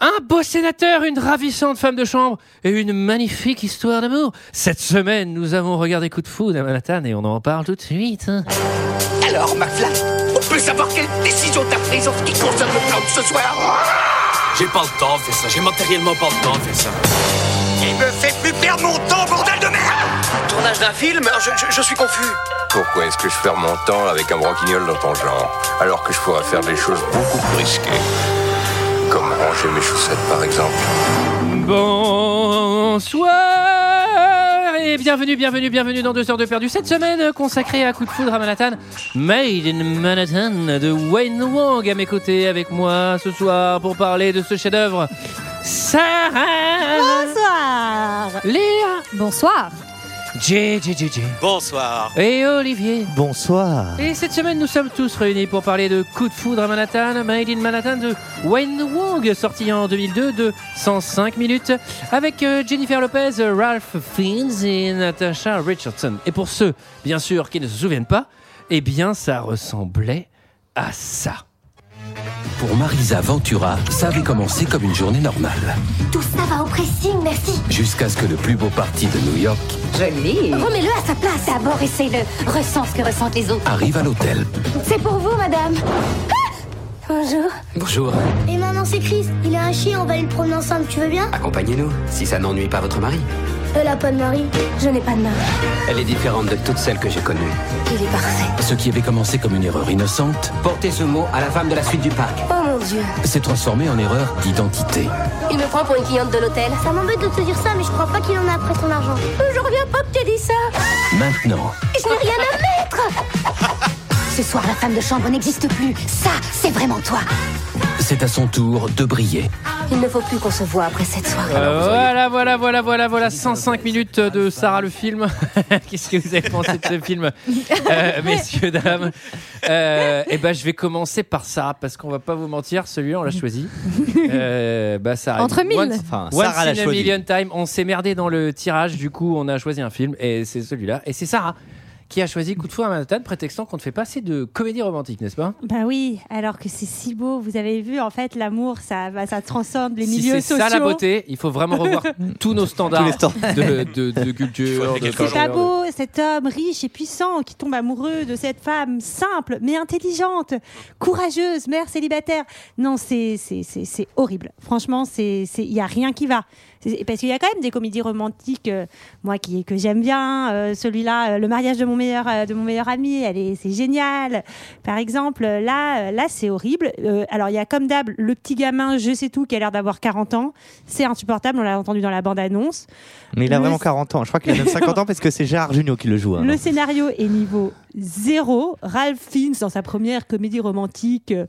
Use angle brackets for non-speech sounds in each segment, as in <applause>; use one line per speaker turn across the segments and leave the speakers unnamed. Un beau sénateur, une ravissante femme de chambre et une magnifique histoire d'amour. Cette semaine, nous avons regardé Coup de foudre à Manhattan et on en parle tout de suite.
Alors, McFly, on peut savoir quelle décision t'as prise en ce qui concerne le plan de ce soir
J'ai pas le temps de faire ça, j'ai matériellement pas le temps de faire ça.
Il me fait plus perdre mon temps, bordel de merde
Tournage d'un film je, je- je suis confus.
Pourquoi est-ce que je perds mon temps avec un branquignol dans ton genre Alors que je pourrais faire des choses beaucoup plus risquées. Comme ranger mes chaussettes par exemple.
Bonsoir et bienvenue, bienvenue, bienvenue dans 2 heures de perdu. Cette semaine consacrée à Coup de foudre à Manhattan, Made in Manhattan de Wayne Wong à mes côtés avec moi ce soir pour parler de ce chef-d'œuvre. Sarah,
Bonsoir.
Léa,
Bonsoir.
J, J, J, J.
Bonsoir.
et Olivier.
Bonsoir.
Et cette semaine, nous sommes tous réunis pour parler de Coup de foudre à Manhattan, Made in Manhattan de Wayne Wong, sorti en 2002 de 105 minutes, avec euh, Jennifer Lopez, euh, Ralph Fiennes et Natasha Richardson. Et pour ceux, bien sûr, qui ne se souviennent pas, eh bien, ça ressemblait à ça.
Pour Marisa Ventura, ça avait commencé comme une journée normale.
Tout ça va au pressing, merci.
Jusqu'à ce que le plus beau parti de New York
Remets-le à sa place. D'abord, essaye-le. Ressens ce que ressentent les autres.
arrive à l'hôtel.
C'est pour vous, madame. Ah Bonjour.
Bonjour.
Et maintenant, c'est Chris. Il a un chien, on va aller le promener ensemble, tu veux bien
Accompagnez-nous, si ça n'ennuie pas votre mari.
Elle a Euh, pas de mari. Je n'ai pas de mari.
Elle est différente de toutes celles que j'ai connues.
Il est parfait.
Ce qui avait commencé comme une erreur innocente
Portez ce mot à la femme de la suite du parc.
Oh mon dieu.
s'est transformé en erreur d'identité.
Il me prend pour une cliente de l'hôtel. Ça m'embête de te dire ça, mais je crois pas qu'il en a après son argent. Je reviens pas que t'aies dit ça.
Maintenant,
Je n'ai rien à mettre. Ce soir, la femme de chambre n'existe plus. Ça, c'est vraiment toi.
c'est à son tour de briller.
Il ne faut plus qu'on se voit après cette soirée.
Euh, voilà, voilà, voilà, voilà, voilà, 105 minutes de Sarah le film. <laughs> Qu'est-ce que vous avez pensé de ce film, euh, messieurs, dames euh, Eh ben, je vais commencer par Sarah parce qu'on va pas vous mentir, celui-là on l'a choisi. Euh, bah, Sarah,
Entre mille.
once-
Enfin,
once
Sarah l'a
in a
choisi.
million time, on s'est merdé dans le tirage, du coup on a choisi un film et c'est celui-là et c'est Sarah qui a choisi Coup de foudre à Manhattan, prétextant qu'on ne fait pas assez de comédie romantique, n'est-ce pas
Bah oui, alors que c'est si beau. Vous avez vu, en fait, l'amour, ça, bah, ça transcende les
Si
milieux
c'est
sociaux.
ça la beauté, il faut vraiment revoir tous nos standards
les standards.
de, de- de culture, de
C'est pas
genre.
beau, cet homme riche et puissant qui tombe amoureux de cette femme simple mais intelligente, courageuse, mère célibataire. Non, c'est c'est- c'est c'est horrible. Franchement, c'est c'est- il y a rien qui va. C'est- Parce qu'il y a quand même des comédies romantiques, euh, moi qui que j'aime bien. euh, Celui-là, euh, le mariage de mon meilleur euh, de mon meilleur ami, elle est c'est génial. Par exemple, euh, là euh, là c'est horrible. Euh, alors il y a comme d'hab le petit gamin, je sais tout, qui a l'air d'avoir 40 ans. C'est insupportable. On l'a entendu dans la bande annonce.
Mais il a
Le-
vraiment 40 ans. Je crois qu'il a même 50 ans parce que c'est Gérard Junior qui le joue. hein.
Le scénario est niveau zéro. Ralph Fiennes, dans sa première comédie romantique, euh,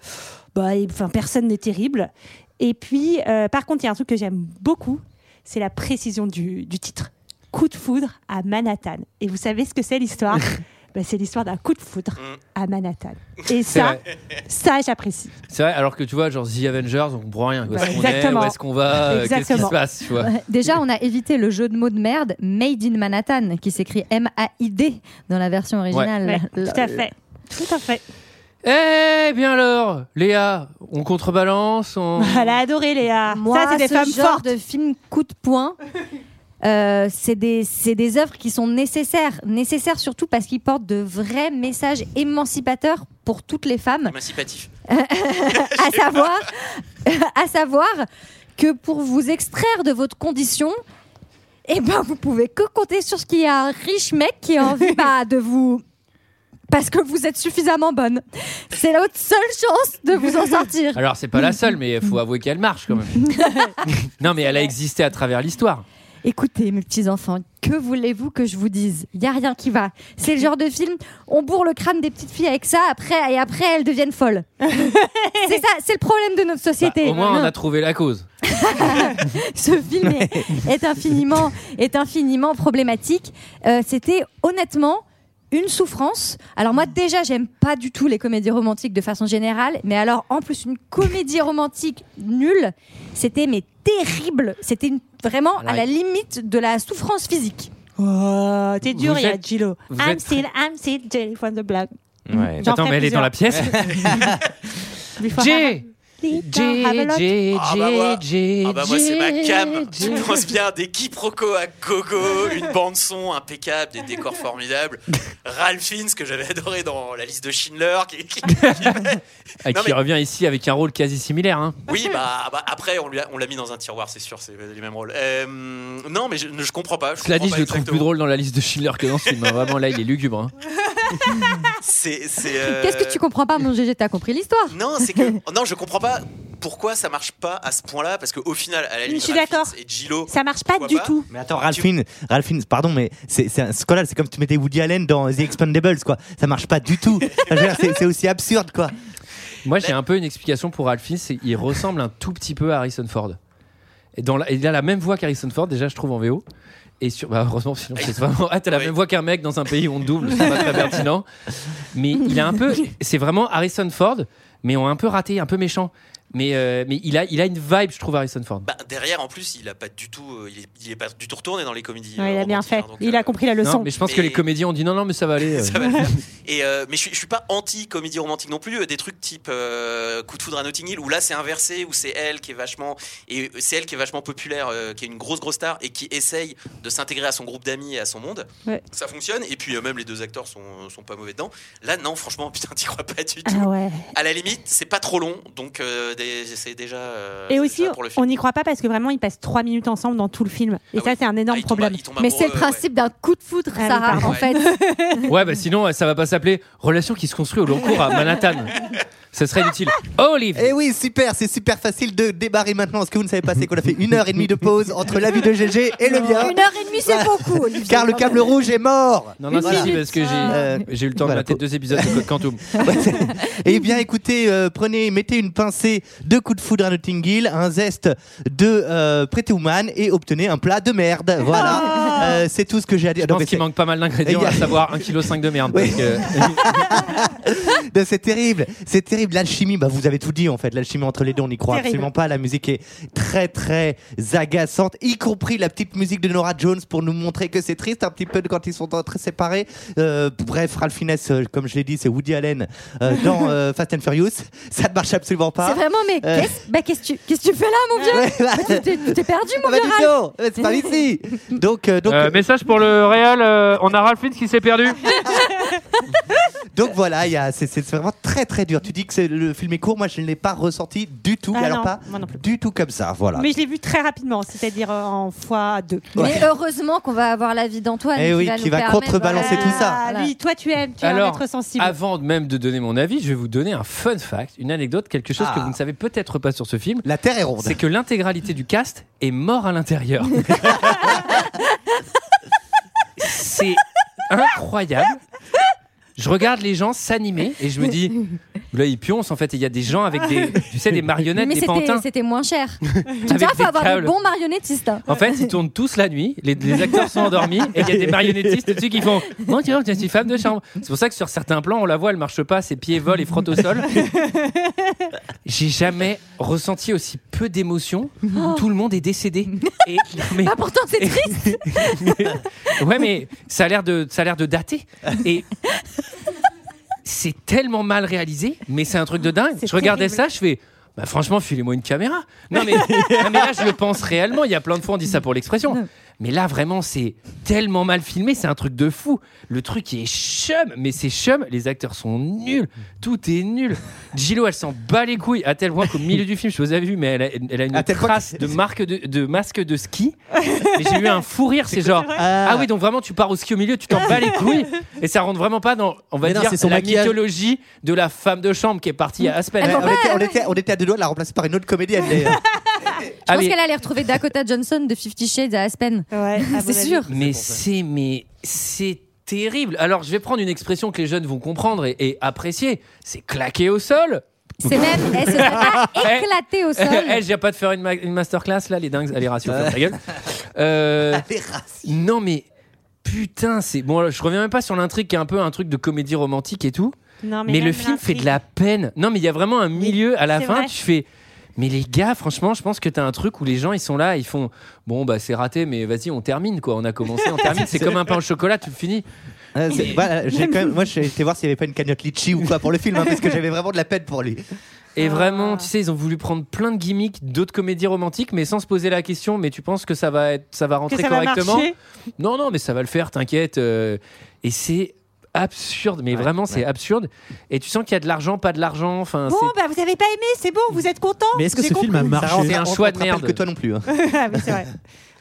bah, et- enfin, personne n'est terrible. Et puis, euh, par contre, il y a un truc que j'aime beaucoup, c'est la précision du, du titre. Coup de foudre à Manhattan. Et vous savez ce que c'est l'histoire
<laughs>
Bah, C'est l'histoire d'un coup de foudre à Manhattan. Et ça,
Mm. vrai.
ça j'apprécie.
C'est vrai, alors que tu vois, genre The Avengers, on comprend rien. Où
Bah,
est-ce qu'on est,
exactement.
où est-ce qu'on va, euh, qu'est-ce qui se
Exactement.
passe, tu vois.
<laughs> Déjà, on a évité le jeu de mots de merde Made in Manhattan, qui s'écrit M-A-I-D dans la version originale.
Ouais,
L-
tout à fait. Tout à fait.
Eh bien alors, Léa, on contrebalance, on.
Elle a adoré, Léa.
Ah, Moi,
ça, c'est des
ce
femmes
genre
fortes.
de film coup de poing. euh, c'est des c'est des œuvres qui sont nécessaires nécessaires surtout parce qu'ils portent de vrais messages émancipateurs pour toutes les femmes
Émancipatif.
<laughs> à savoir à savoir que pour vous extraire de votre condition eh ben vous pouvez que compter sur ce qu'il y a un riche mec qui a envie bah, de vous parce que vous êtes suffisamment bonne c'est la seule chance de vous en
<laughs>
sortir
Alors c'est pas la seule, mais il faut avouer qu'elle marche
<laughs>
quand même. non mais elle a existé à travers l'histoire.
Écoutez, mes petits enfants, que voulez-vous que je vous dise Il y a rien qui va. C'est le genre de film, on bourre le crâne des petites filles avec ça, après et après elles deviennent folles. c'est ça, c'est le problème de notre
Bah,
société.
au moins on
Non,
a trouvé la cause.
Ce film est, est infiniment, est infiniment problématique. Euh, C'était honnêtement une souffrance. Alors moi déjà, j'aime pas du tout les comédies romantiques de façon générale, mais alors en plus une comédie romantique nulle, c'était mais terrible. C'était une- vraiment à la limite de la souffrance physique.
Oh, t'es dur,
Vous
il y a
êtes-
Gillo.
vous
I'm
êtes-
still, I'm still Jelly from the block.
Ouais.
J'en
Attends,
ferai
mais elle est dans la pièce.
<laughs> plusieurs. Before-
Jay J, J,
Ah bah
J,
moi-
J,
Ah bah moi c'est ma cam,
J, <laughs>
tu penses bien des quiproquos à gogo, une bande son impeccable, des décors formidables, Ralph Fiennes que j'avais adoré dans la liste de Schindler, qui- qui-
Ah,
Non,
qui
mais-
revient ici avec un rôle quasi similaire. hein.
Oui, bah, bah, après, on lui a- on l'a mis dans un tiroir, c'est sûr, c'est les mêmes rôles. Euh, non, mais je, ne- je comprends pas. Je
Cela
comprends
dit,
pas
je le trouve
exactement.
plus drôle dans la liste de Schindler que dans ce film. hein. Vraiment, là, il est lugubre. hein.
C'est- c'est, euh,
Qu'est-ce que tu comprends pas, mon GG T'as compris l'histoire
Non, c'est que. Non, je comprends pas pourquoi ça marche pas à ce point-là, parce qu'au final, à la limite,
Je suis
Ralph
d'accord.
Fiennes et Gillo.
Ça marche pas
Pourquoi
du
pas
tout.
Mais attends, Ralphine, Ralphine, pardon, mais c'est c'est un scandale. C'est comme si tu mettais Woody Allen dans The Expendables, quoi. Ça marche pas du
<laughs>
tout. Je veux dire, c'est c'est aussi absurde, quoi.
Moi, j'ai un peu une explication pour Ralph Fiennes. c'est- Il ressemble un tout petit peu à Harrison Ford. Et dans la- il a la même voix qu'Harrison Ford, déjà, je trouve en VO. Et sur, bah, heureusement, sinon, c'est vraiment. Ah, t'as la
Oui.
même voix qu'un mec dans un pays où on te double, c'est pas très pertinent. Mais il a un peu. C'est vraiment Harrison Ford, mais on a un peu raté, un peu méchant. Mais, euh, mais il, a, il a une vibe, je trouve, Harrison Ford.
Bah, derrière, en plus, il a pas du tout, euh, il, est, il est pas du tout retourné dans les comédies.
Ouais,
euh,
il a bien
romantiques,
fait.
hein, donc,
Il
euh,
a compris la leçon.
Non, mais je pense que
Mais-
les comédiens ont dit non, non, mais ça va aller. euh.
Ça va
<laughs>
le faire. Et euh, mais je suis, je suis pas anti comédie romantique non plus. Des trucs type euh, Coup de foudre à Notting Hill où là c'est inversé, où c'est elle qui est vachement et euh, c'est elle qui est vachement populaire, euh, qui est une grosse grosse star et qui essaye de s'intégrer à son groupe d'amis et à son monde.
Ouais.
Ça fonctionne. Et puis euh, même les deux acteurs sont, sont pas mauvais dedans. Là non, franchement, <laughs> putain, t'y crois pas du tout.
Ah ouais.
À la limite, c'est pas trop long, donc euh, des- c'est déjà. euh,
Et
c'est
aussi,
déjà pour le film.
on n'y croit pas parce que vraiment, ils passent trois minutes ensemble dans tout le film. Et
Ah
ça,
oui.
c'est un
Ah,
énorme
ils tombent-
problème.
ils tombent
Mais c'est le
amoureux, ouais.
principe d'un coup de foudre,
Ah oui,
Sarah,
pardon.
en fait.
Ouais, bah sinon, euh, ça va pas s'appeler relation qui se construit au long cours à Manhattan. Ça serait inutile. Olive
Et Eh oui, super, c'est super facile de débarrer maintenant. Ce que vous ne savez pas, c'est qu'on a fait une heure et demie de pause entre l'avis de GG et le mien.
Une heure et demie, Ah. c'est
Ouais.
beaucoup. Olivier.
Car le câble rouge est mort.
Non, non,
Une
si, si,
minute.
parce que j'ai
Euh,
<laughs> j'ai eu le temps de
voilà,
mater
pour-
deux épisodes de Code
<laughs>
Quantum.
Eh bien, écoutez, euh, prenez, mettez une pincée de coup de foudre à Notting Hill, un zeste de euh, Pretty Woman et obtenez un plat de merde. Voilà, Euh, c'est tout ce que j'ai à dire.
Je
Non,
pense
mais
qu'il manque pas mal d'ingrédients,
Et il y a-
à savoir 1,5 kg de merde.
Oui. Euh,
parce que-
c'est- non, c'est terrible, c'est terrible. L'alchimie, bah, vous avez tout dit en fait. L'alchimie entre les deux, on n'y croit
Terrible.
absolument pas. La musique est très très agaçante, y compris la petite musique de Nora Jones pour nous montrer que c'est triste un petit peu de quand ils sont en- très séparés. Euh, bref, Ralph Fiennes, euh, comme je l'ai dit, c'est Woody Allen euh, dans euh, Fast and Furious. Ça ne marche absolument pas.
C'est vraiment, mais
Euh.
qu'est-ce bah, qu'est-ce que tu, qu'est-ce que tu fais là, mon
<laughs>
vieux
Ouais, bah,
Tu t'es- tu t'es perdu, mon
Ah bah
vieux
dis
Ralph.
donc, euh, c'est
<laughs>
pas ici. Donc, euh, donc,
Euh, message pour le Real, euh, on a Ralph Fiennes qui s'est perdu.
donc voilà, il y a- c'est c'est vraiment très très dur. Tu dis que c'est- le film est court, moi je ne l'ai pas ressenti du tout,
Ah
alors
non,
pas
moi non plus.
du tout comme ça. Voilà.
Mais je l'ai vu très rapidement, c'est-à-dire euh, en fois deux.
Mais heureusement qu'on va avoir l'avis d'Antoine.
Eh oui, qui
nous
va
permettre,
contrebalancer
voilà.
tout ça.
Ah,
Voilà.
lui, toi, tu aimes, tu es un
Alors,
être sensible.
Avant même de donner mon avis, je vais vous donner un fun fact, une anecdote, quelque chose que
Ah.
vous ne savez peut-être pas sur ce film.
La Terre est ronde.
C'est que l'intégralité du cast est mort à
<laughs>
l'intérieur. C'est incroyable. Je regarde les gens s'animer et je me dis, là ils pioncent en fait. Et Il y a des gens avec des, tu sais, des marionnettes,
Mais
des pantins.
c'était- c'était moins cher.
<laughs>
Tu
Avec
vois,
des
faut avoir
câbles.
des bons
<laughs>
marionnettistes.
En fait, ils tournent tous la nuit, les, les acteurs sont endormis et il y a des marionnettistes dessus qui font Bon, tu vois, je suis femme de chambre. C'est pour ça que sur certains plans, on la voit, elle marche pas, ses pieds volent et frottent au sol. J'ai jamais ressenti aussi peu d'émotion. Tout le monde est décédé. Et, mais,
Bah, pourtant, c'est triste.
ouais, mais ça a l'air de, ça a l'air de dater. Et. C'est tellement mal réalisé, mais c'est un truc de dingue.
C'est
Je regardais
terrible.
ça, je fais. Bah franchement, filez-moi une caméra. Non mais, non, mais là, je le pense réellement. Il y a plein de fois, on dit ça pour l'expression. Mais là, vraiment, c'est tellement mal filmé. C'est un truc de fou. Le truc est chum, mais c'est chum. Les acteurs sont nuls. Tout est nul. Gillo, elle s'en bat les couilles à tel point qu'au milieu du film, je vous avais vu, mais elle a, elle a une
À tel point
trace de, marque de, de masque de ski. Et j'ai eu un fou rire. C'est genre. Ah oui, donc vraiment, tu pars au ski au milieu, tu t'en bats les
<laughs>
couilles. Et ça rentre vraiment pas dans, on va
Mais non,
dire,
c'est son
la
maquillage.
mythologie de la femme de chambre qui est partie à Aspen.
Elle
Ouais,
Attends,
Eh, on, était, on, était, on était à deux doigts de la remplacer par une autre comédienne.
<laughs>
d'ailleurs.
Ah,
Je pense
mais-
qu'elle allait retrouver Dakota Johnson de Fifty Shades à Aspen.
<laughs>
Ouais, à mon
C'est
avis.
sûr.
Mais c'est mais c'est terrible. Alors je vais prendre une expression que les jeunes vont comprendre et, et apprécier. C'est claquer au sol.
C'est même, elle se serait pas
<laughs>
éclatée au sol.
Eh, j'ai pas de faire une, ma- une masterclass là, les dingues. Allez, ratio, ferme ta gueule.
<laughs>
Euh, non mais putain, c'est bon. Je reviens même pas sur l'intrigue qui est un peu un truc de comédie romantique et tout.
Non,
Mais, le
Oh, même
film fait de
l'intrigue.
la peine. Non, mais il y a vraiment un milieu à la
c'est
fin.
vrai.
Tu fais. Mais les gars, franchement, je pense que t'as un truc où les gens ils sont là, ils font bon bah c'est raté, mais vas-y on termine quoi, on a
<laughs>
commencé, on termine. C'est comme un pain au chocolat, tu le finis.
Euh, c'est- voilà, j'ai quand même- moi, j'ai été voir s'il n'y avait pas une cagnotte litchi ou quoi pour le film, hein, parce que j'avais vraiment de la peine pour lui.
Et
Ah.
vraiment, tu sais, ils ont voulu prendre plein de gimmicks d'autres comédies romantiques, mais sans se poser la question. Mais tu penses que ça va être, ça va
Que
rentrer
ça va
correctement
marcher.
Non, non, mais ça va le faire, t'inquiète. euh, et c'est absurde, mais vraiment, c'est absurde. Et tu sens qu'il y a de l'argent, pas de l'argent. Enfin,
Bon,
c'est-
bah vous avez pas aimé, c'est bon, vous êtes content.
Mais est-ce que ce film a marché
C'est un
On- on
choix
te
de
rappelle
merde.
que toi non plus. hein.
<laughs> c'est vrai.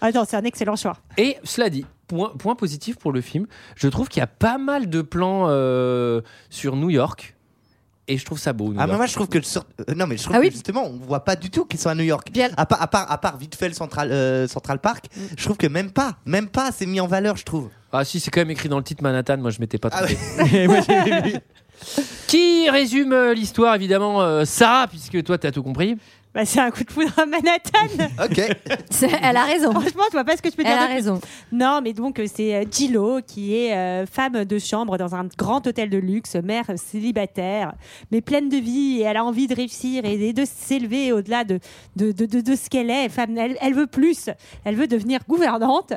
Ah non, c'est un excellent choix.
Et cela dit, point, point positif pour le film, je trouve qu'il y a pas mal de plans euh, sur New York. Et je trouve ça beau. New
Ah mais
York.
moi je trouve que le sort- euh, non mais je trouve
Ah
que
oui.
justement on voit pas du tout qu'ils sont à New York.
Bien. Mm.
À part à part à part vite fait le Central euh, Central Park, je trouve que même pas même pas c'est mis en valeur je trouve.
Ah si, c'est quand même écrit dans le titre Manhattan, moi je m'étais pas
Ah <laughs>
trompé.
Moi, j'ai vu.
Qui résume euh, l'histoire évidemment euh, Sarah, puisque toi t'as tout compris.
Bah, c'est un coup de foudre
<laughs>
à Manhattan.
Ok.
C'est- Elle a raison.
Oh,
Franchement, je vois pas ce que je peux
Elle
dire.
a
de plus.
raison.
Non, mais donc euh, c'est euh, Gillo qui est euh, femme de chambre dans un grand hôtel de luxe, mère célibataire, mais pleine de vie et elle a envie de réussir et et de s'élever au-delà de, de, de, de- de ce qu'elle est. Femme, elle, elle veut plus, elle veut devenir gouvernante.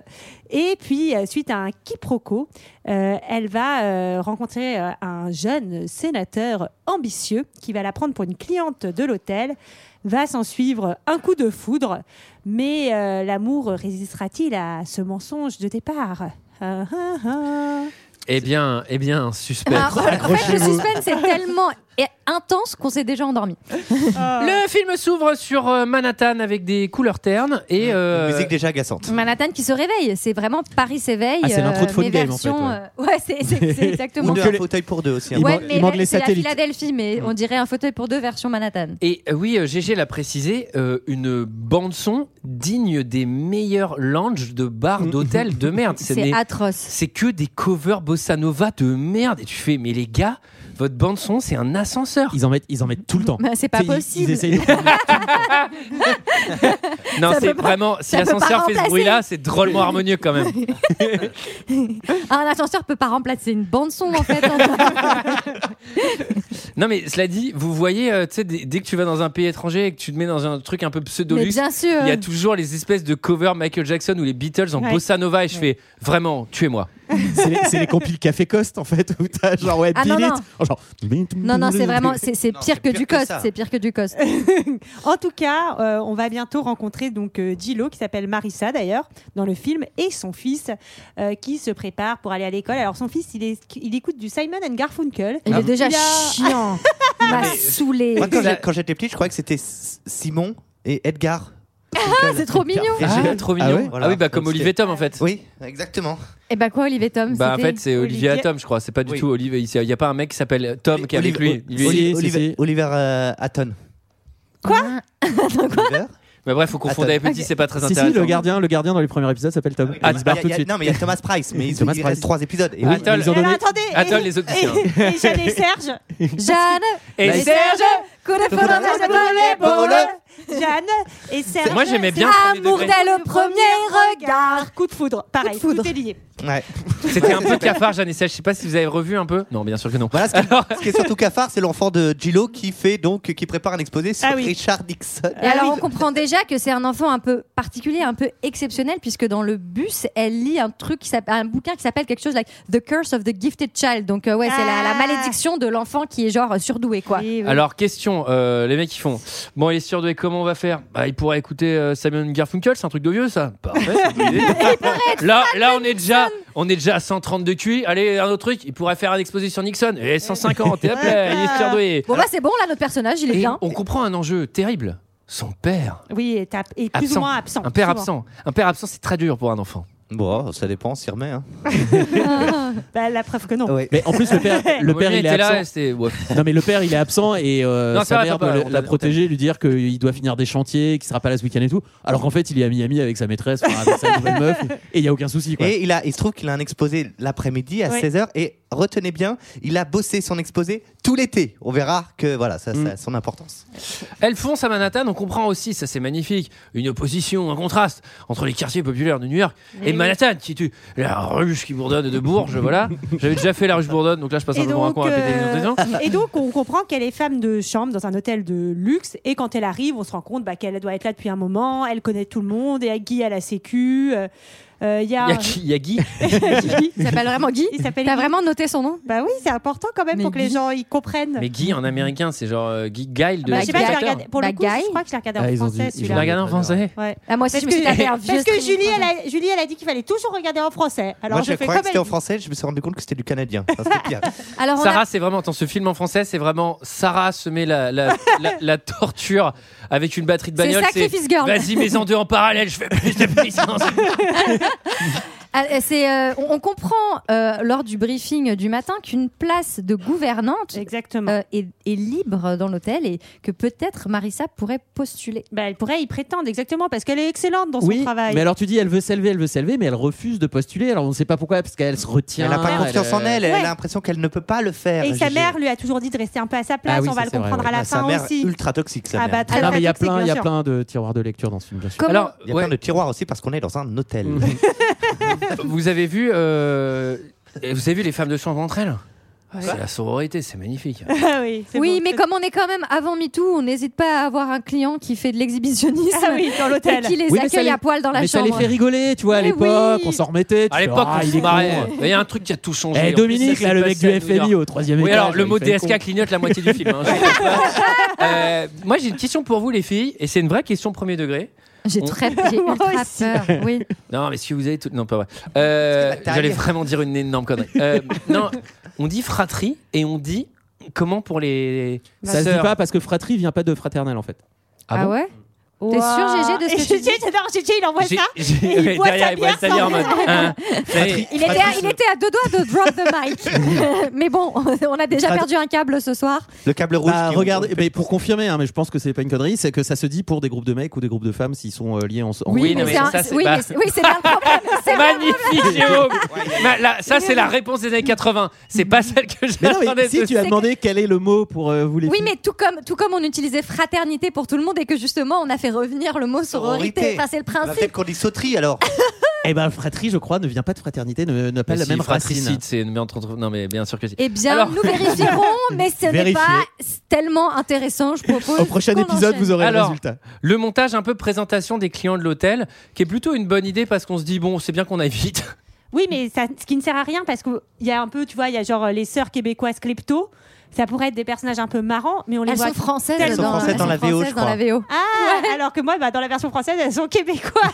Et puis, euh, suite à un quiproquo, euh, elle va euh, rencontrer euh, un jeune sénateur ambitieux qui va la prendre pour une cliente de l'hôtel. Va s'en suivre un coup de foudre, mais euh, l'amour résistera-t-il à ce mensonge de départ Ah, ah, ah.
Eh bien, eh bien, suspect.
Ah, en fait, le
Accrochez-vous.
suspense est tellement é- intense qu'on s'est déjà endormi.
Le film s'ouvre sur euh, Manhattan avec des couleurs ternes et euh,
Musique déjà agaçante.
Manhattan qui se réveille, c'est vraiment Paris s'éveille.
Ah, c'est l'intro de
euh,
Phone
mais
Game, en
version,
fait,
euh, <laughs> ouais, c'est-
<laughs>
c'est c'est exactement.
Ou deux,
que
un
les-
fauteuil pour deux aussi. hein.
Il
Ouais,
manque-
mais
il manque
là,
les
c'est la
satellites.
Philadelphie, mais on dirait un fauteuil pour deux version Manhattan.
et euh, oui, euh, GG l'a précisé, euh, une bande son digne des meilleurs lounges de bars
Mm.
d'hôtels de
<laughs>
merde. Ce
C'est
n'est-
atroce.
c'est que des covers bossa nova de merde. Et tu fais, mais les gars, votre bande son, c'est un ascenseur.
Ils en mettent, ils en mettent tout le temps.
Mais Bah, c'est pas
Ils- ils
possible.
essayent de prendre-
Non,
Ça
c'est
peut pas-
vraiment, si
ça peut pas
l'ascenseur fait ce
remplacer.
bruit-là, c'est drôlement harmonieux quand même.
Ah, Un ascenseur peut pas remplacer une bande son en fait.
Non, mais cela dit, vous voyez, euh, tu sais, dès dès que tu vas dans un pays étranger et que tu te mets dans un truc un peu
mais euh,
pseudo-luxe,
bien sûr.
il y a toujours les espèces de covers Michael Jackson ou les Beatles en
Ouais.
bossa nova et je fais vraiment, tuez-moi.
c'est les, c'est les compiles Café Cost en fait où t'as genre ouais
Ah,
Beat
non,
It.
non.
Oh, genre-
Non, non, c'est vraiment, c'est c'est
Non, c'est
pire, que
pire
du
que
cost.
ça.
C'est pire que du cost.
En tout cas, euh, on va bientôt rencontrer donc euh, Gillo, qui s'appelle Marissa d'ailleurs, dans le film, et son fils, euh, qui se prépare pour aller à l'école. Alors son fils, il, est- il écoute du Simon and Garfunkel.
Il est déjà
Il a-
chiant. Il m'a saoulé.
Moi, quand
Ça-
<laughs>
j'ai- quand j'étais petit, je croyais que c'était S- Simon et Edgar.
Ah, c'est trop mignon.
Et j'ai-
Ah, trop mignon. Ah,
Ah
oui,
ouais
Voilà.
bah comme
Parce que-
Olivier Tom en fait.
Oui, exactement.
Et bah quoi, Olivier Tom
Bah en
c'était-
fait c'est Olivier
Olivier-
Atom je crois, c'est pas du
Oui.
tout Olivier, il n'y a pas un mec qui s'appelle Tom qui est avec lui.
Olivier-
Il lui-
Oli-
Olivier-
Si, si, si.
Oliver euh, Hatton.
Quoi
Oliver Ah,
Mais bref, faut confondre avec
Attends.
petit, c'est pas très
Si,
intéressant.
si, le gardien, le gardien dans les premiers épisodes s'appelle Tom.
Ah,
il se barre
il y a-
tout de
il y a-
suite.
Non, mais il y a Thomas Price, mais il,
Thomas
il
Price.
reste trois épisodes. Et
Oui,
Attends,
mais ils ont
Et alors,
donné-
attendez,
Ah, Attends,
et-
les autres questions.
et- et Jeanne et Serge,
Jeanne
Et Serge
Coup de
Pour
foudre
un
dans
homme
le
de
volley-ball.
l'épaule. Jeanne et Serge.
Moi, j'aimais bien.
c'est
Amour dès le premier regard.
Coup de foudre, pareil,
Coup de foudre.
tout est lié.
Ouais.
C'était un peu cafard Jeanne et Serge, je sais pas si vous avez revu un peu. Non, bien sûr que non.
Voilà, ce qui, ce qui est surtout cafard, c'est l'enfant de Gillo qui fait donc qui prépare un exposé sur
Ah oui.
Richard Nixon.
Ah
Et alors on comprend déjà que c'est un enfant un peu particulier, un peu exceptionnel, puisque dans le bus, elle lit un truc, qui s'appelle- un bouquin qui s'appelle quelque chose like The Curse of the Gifted Child. Donc euh, ouais, c'est la, la
Ah.
malédiction de l'enfant qui est genre euh, surdoué quoi.
Alors question, euh, les mecs ils font. Bon, il est sûr de comment on va faire Bah, il pourrait écouter euh, Samuel Garfunkel, c'est un truc de vieux ça. Parfait. c'est une bonne <laughs> idée. là, là on est déjà, on est déjà à 130 de QI. Allez, un autre truc, il pourrait faire un exposé sur Nixon. Et 150, et hop là, il est surdoué.
Bon bah c'est bon là notre personnage, il est
Et
bien.
on comprend un enjeu terrible. Son père,
Oui, et, t'as- et plus
absent.
ou moins absent.
Un père
souvent.
absent. Un père absent, c'est très dur pour un enfant.
Bon, ça dépend, on s'y remet. Hein.
Bah, la preuve que non.
Mais en plus le
<laughs>
père, le
Moi,
père
lui,
il est
était là,
absent.
c'était- ouais.
Non mais le père il est absent et euh,
Non, c'est
sa
vrai,
mère
papa,
doit
on
la-
l'a-
la protéger, lui dire qu'il doit finir des chantiers, qu'il sera pas là ce week-end et tout. Alors qu'en fait il est à Miami avec sa maîtresse, enfin, avec sa nouvelle meuf et il y a aucun souci quoi.
Et il, a, il se trouve qu'il a un exposé l'après-midi à
Oui.
16h. Et retenez bien, il a bossé son exposé tout l'été. On verra que voilà, ça,
Mm.
ça a son importance.
Elles font à Manhattan, on comprend aussi, ça c'est magnifique, une opposition, un contraste entre les quartiers populaires de New York et Manhattan, qui tue la ruche qui bourdonne de Bourges,
<laughs>
voilà. J'avais déjà fait la ruche bourdonne, donc là je passe un
Et
peu mon
donc,
raccoin à péter
euh,
les gens.
et donc, on comprend qu'elle est femme de chambre dans un hôtel de luxe. Et quand elle arrive, on se rend compte bah, qu'elle doit être là depuis un moment. Elle connaît tout le monde. Et Guy à la Sécu. euh, Euh, Il y a.
Guy.
<laughs>
Il s'appelle vraiment Guy.
<laughs> Il s'appelle
T'as
Guy.
vraiment noté son nom
Bah oui, c'est important quand même pour que les gens ils comprennent.
Mais Guy en américain, c'est genre euh, Guy Guile de
Bah, je sais pas, je l'ai
Spectateur.
regardé. Pour
Bah,
le coup,
Guy.
je crois que je l'ai regardé
Ah,
en
ils ont
français.
dû- Je
celui-là.
l'ai regardé en français.
Ouais.
Ah, moi aussi,
Parce
je me suis
que-
tapé un vieux
Parce que
streaming
Julie, elle
français.
a, Julie, elle a dit qu'il fallait toujours regarder en français. Alors
Moi, je,
je, fais
croyais
comme
que c'était en
elle.
français, je me suis rendu compte que c'était du canadien. Ça, c'était pire.
Alors, on a-
Sarah, c'est vraiment, attends, ce film en français, c'est vraiment Sarah se met la,
<laughs>
la, la, la torture avec une batterie de
C'est
bagnole.
Sacrifice Girl.
Vas-y, mets-en deux en parallèle, je fais plus
<laughs>
de puissance.
Ah, euh, c'est, euh, on, on comprend euh, lors du briefing du matin qu'une place de gouvernante
Exactement.
euh, est, est libre dans l'hôtel et que peut-être Marissa pourrait postuler.
Bah, elle pourrait y prétendre, exactement, parce qu'elle est excellente dans
Oui,
son travail.
mais alors tu dis elle veut s'élever, elle veut s'élever, mais elle refuse de postuler. Alors on ne sait pas pourquoi, parce qu'elle se retient.
Elle n'a pas confiance en elle, elle
Ouais.
a l'impression qu'elle ne peut pas le faire.
Et sa
Gigi.
mère lui a toujours dit de rester un peu à sa place,
Ah oui,
on va
ça,
le
c'est vrai,
comprendre
ouais.
à la
Ah,
fin
sa mère
aussi.
ultra toxique, sa
Ah
mère.
bah très
Non, mais il y a
pratique,
plein, il y a
bien sûr.
plein de tiroirs de lecture dans ce film, bien sûr.
Comment-
Alors,
Il y a
ouais,
plein de tiroirs aussi parce qu'on est dans un hôtel.
Mm.
<laughs>
vous avez vu, euh, vous avez vu les femmes de chambre entre elles C'est la sororité, c'est magnifique.
Ah <laughs> oui, c'est
Oui,
bon,
mais
c'est-
comme on est quand même avant MeToo, on n'hésite pas à avoir un client qui fait de l'exhibitionnisme
Ah oui, dans
et
l'hôtel.
qui les
Oui, mais ça
accueille
les-
à poil dans la
mais ça
chambre.
les fait rigoler, tu vois, à
Mais
l'époque,
oui.
on s'en remettait. tu
À
fais,
l'époque,
ah,
on
il
se
est con.
marrait. Il y a un truc qui a tout changé.
Eh,
En plus,
Dominique,
ça
là,
s'est
le
passé
mec du
à New York.
FMI au troisième étage.
Oui, alors le
il
mot
fait
DSK
con.
clignote la moitié du film. hein, je vous
<laughs>
le passe. Euh, moi, j'ai une question pour vous, les filles, et c'est une vraie question premier degré.
J'ai
On-
très <laughs> j'ai
Moi
ultra
aussi.
peur. Oui.
Non, mais si vous avez tout. Non, pas vrai. Euh,
taille.
J'allais vraiment dire une énorme connerie. Euh, non, on dit fratrie et on dit comment pour les.
Ça se dit
sœurs.
pas parce que fratrie vient pas de fraternelle en fait.
Ah bon
ouais T'es sûr, Gégé, de ce
<laughs>
que tu dis
Gégé, j'adore, Gégé, il envoie
J'ai-
ça.
j'ai-
Et il
ouais,
boit sa
derrière, il boit
bière
sa bière en
sans
mode. hein. Mais-
il était, à, il était à deux doigts de drop the mic. <laughs> mais bon, on a
Ah,
déjà perdu un câble ce soir.
Le câble rouge.
Bah,
qui-
regarde, eh ben, pour confirmer, hein, mais je pense que c'est pas une connerie, c'est que ça se dit pour des groupes de mecs ou des groupes de femmes s'ils sont euh, liés en. en-
Oui, non, mais
c'est
ça,
un-
c'est
oui,
pas-
mais c'est- oui, c'est pas le problème. <laughs> C'est pas-
Magnifique, Jérôme Ma- la- Ça, c'est la réponse des années 80. C'est pas celle que
Mais <laughs> non, mais
j'attendais.
si
de-
tu as demandé quel est le mot pour euh, vous les
Oui,
filles.
mais tout comme, tout comme on utilisait fraternité pour tout le monde et que justement on a fait revenir le mot sororité.
Sororité.
Enfin, c'est le
Bah,
principe.
Peut-être qu'on dit
<laughs>
sauterie alors.
Eh ben, fratrie, je crois, ne vient pas de fraternité, ne n'a pas
Mais
la
si,
même racine.
fratricide, c'est une merde entre- Non, mais bien sûr que si.
Eh bien,
Alors-
nous vérifierons, mais ce n'est
Vérifiez.
pas tellement intéressant, je propose.
Au prochain
qu'on
épisode,
enchaîne.
vous aurez le
Alors,
résultat.
Le montage un peu présentation des clients de l'hôtel, qui est plutôt une bonne idée parce qu'on se dit, bon, c'est bien qu'on aille vite.
Oui, mais ça, ce qui ne sert à rien parce qu'il y a un peu, tu vois, il y a genre euh, les sœurs québécoises klepto. Ça pourrait être des personnages un peu marrants, mais on les
Elles
voit.
sont françaises,
Elles sont
dans,
françaises
elles
dans
sont
la VO, je
françaises dans
crois.
la VO.
Ah, alors que moi, bah, dans la version française, elles sont
<laughs>
québécoises.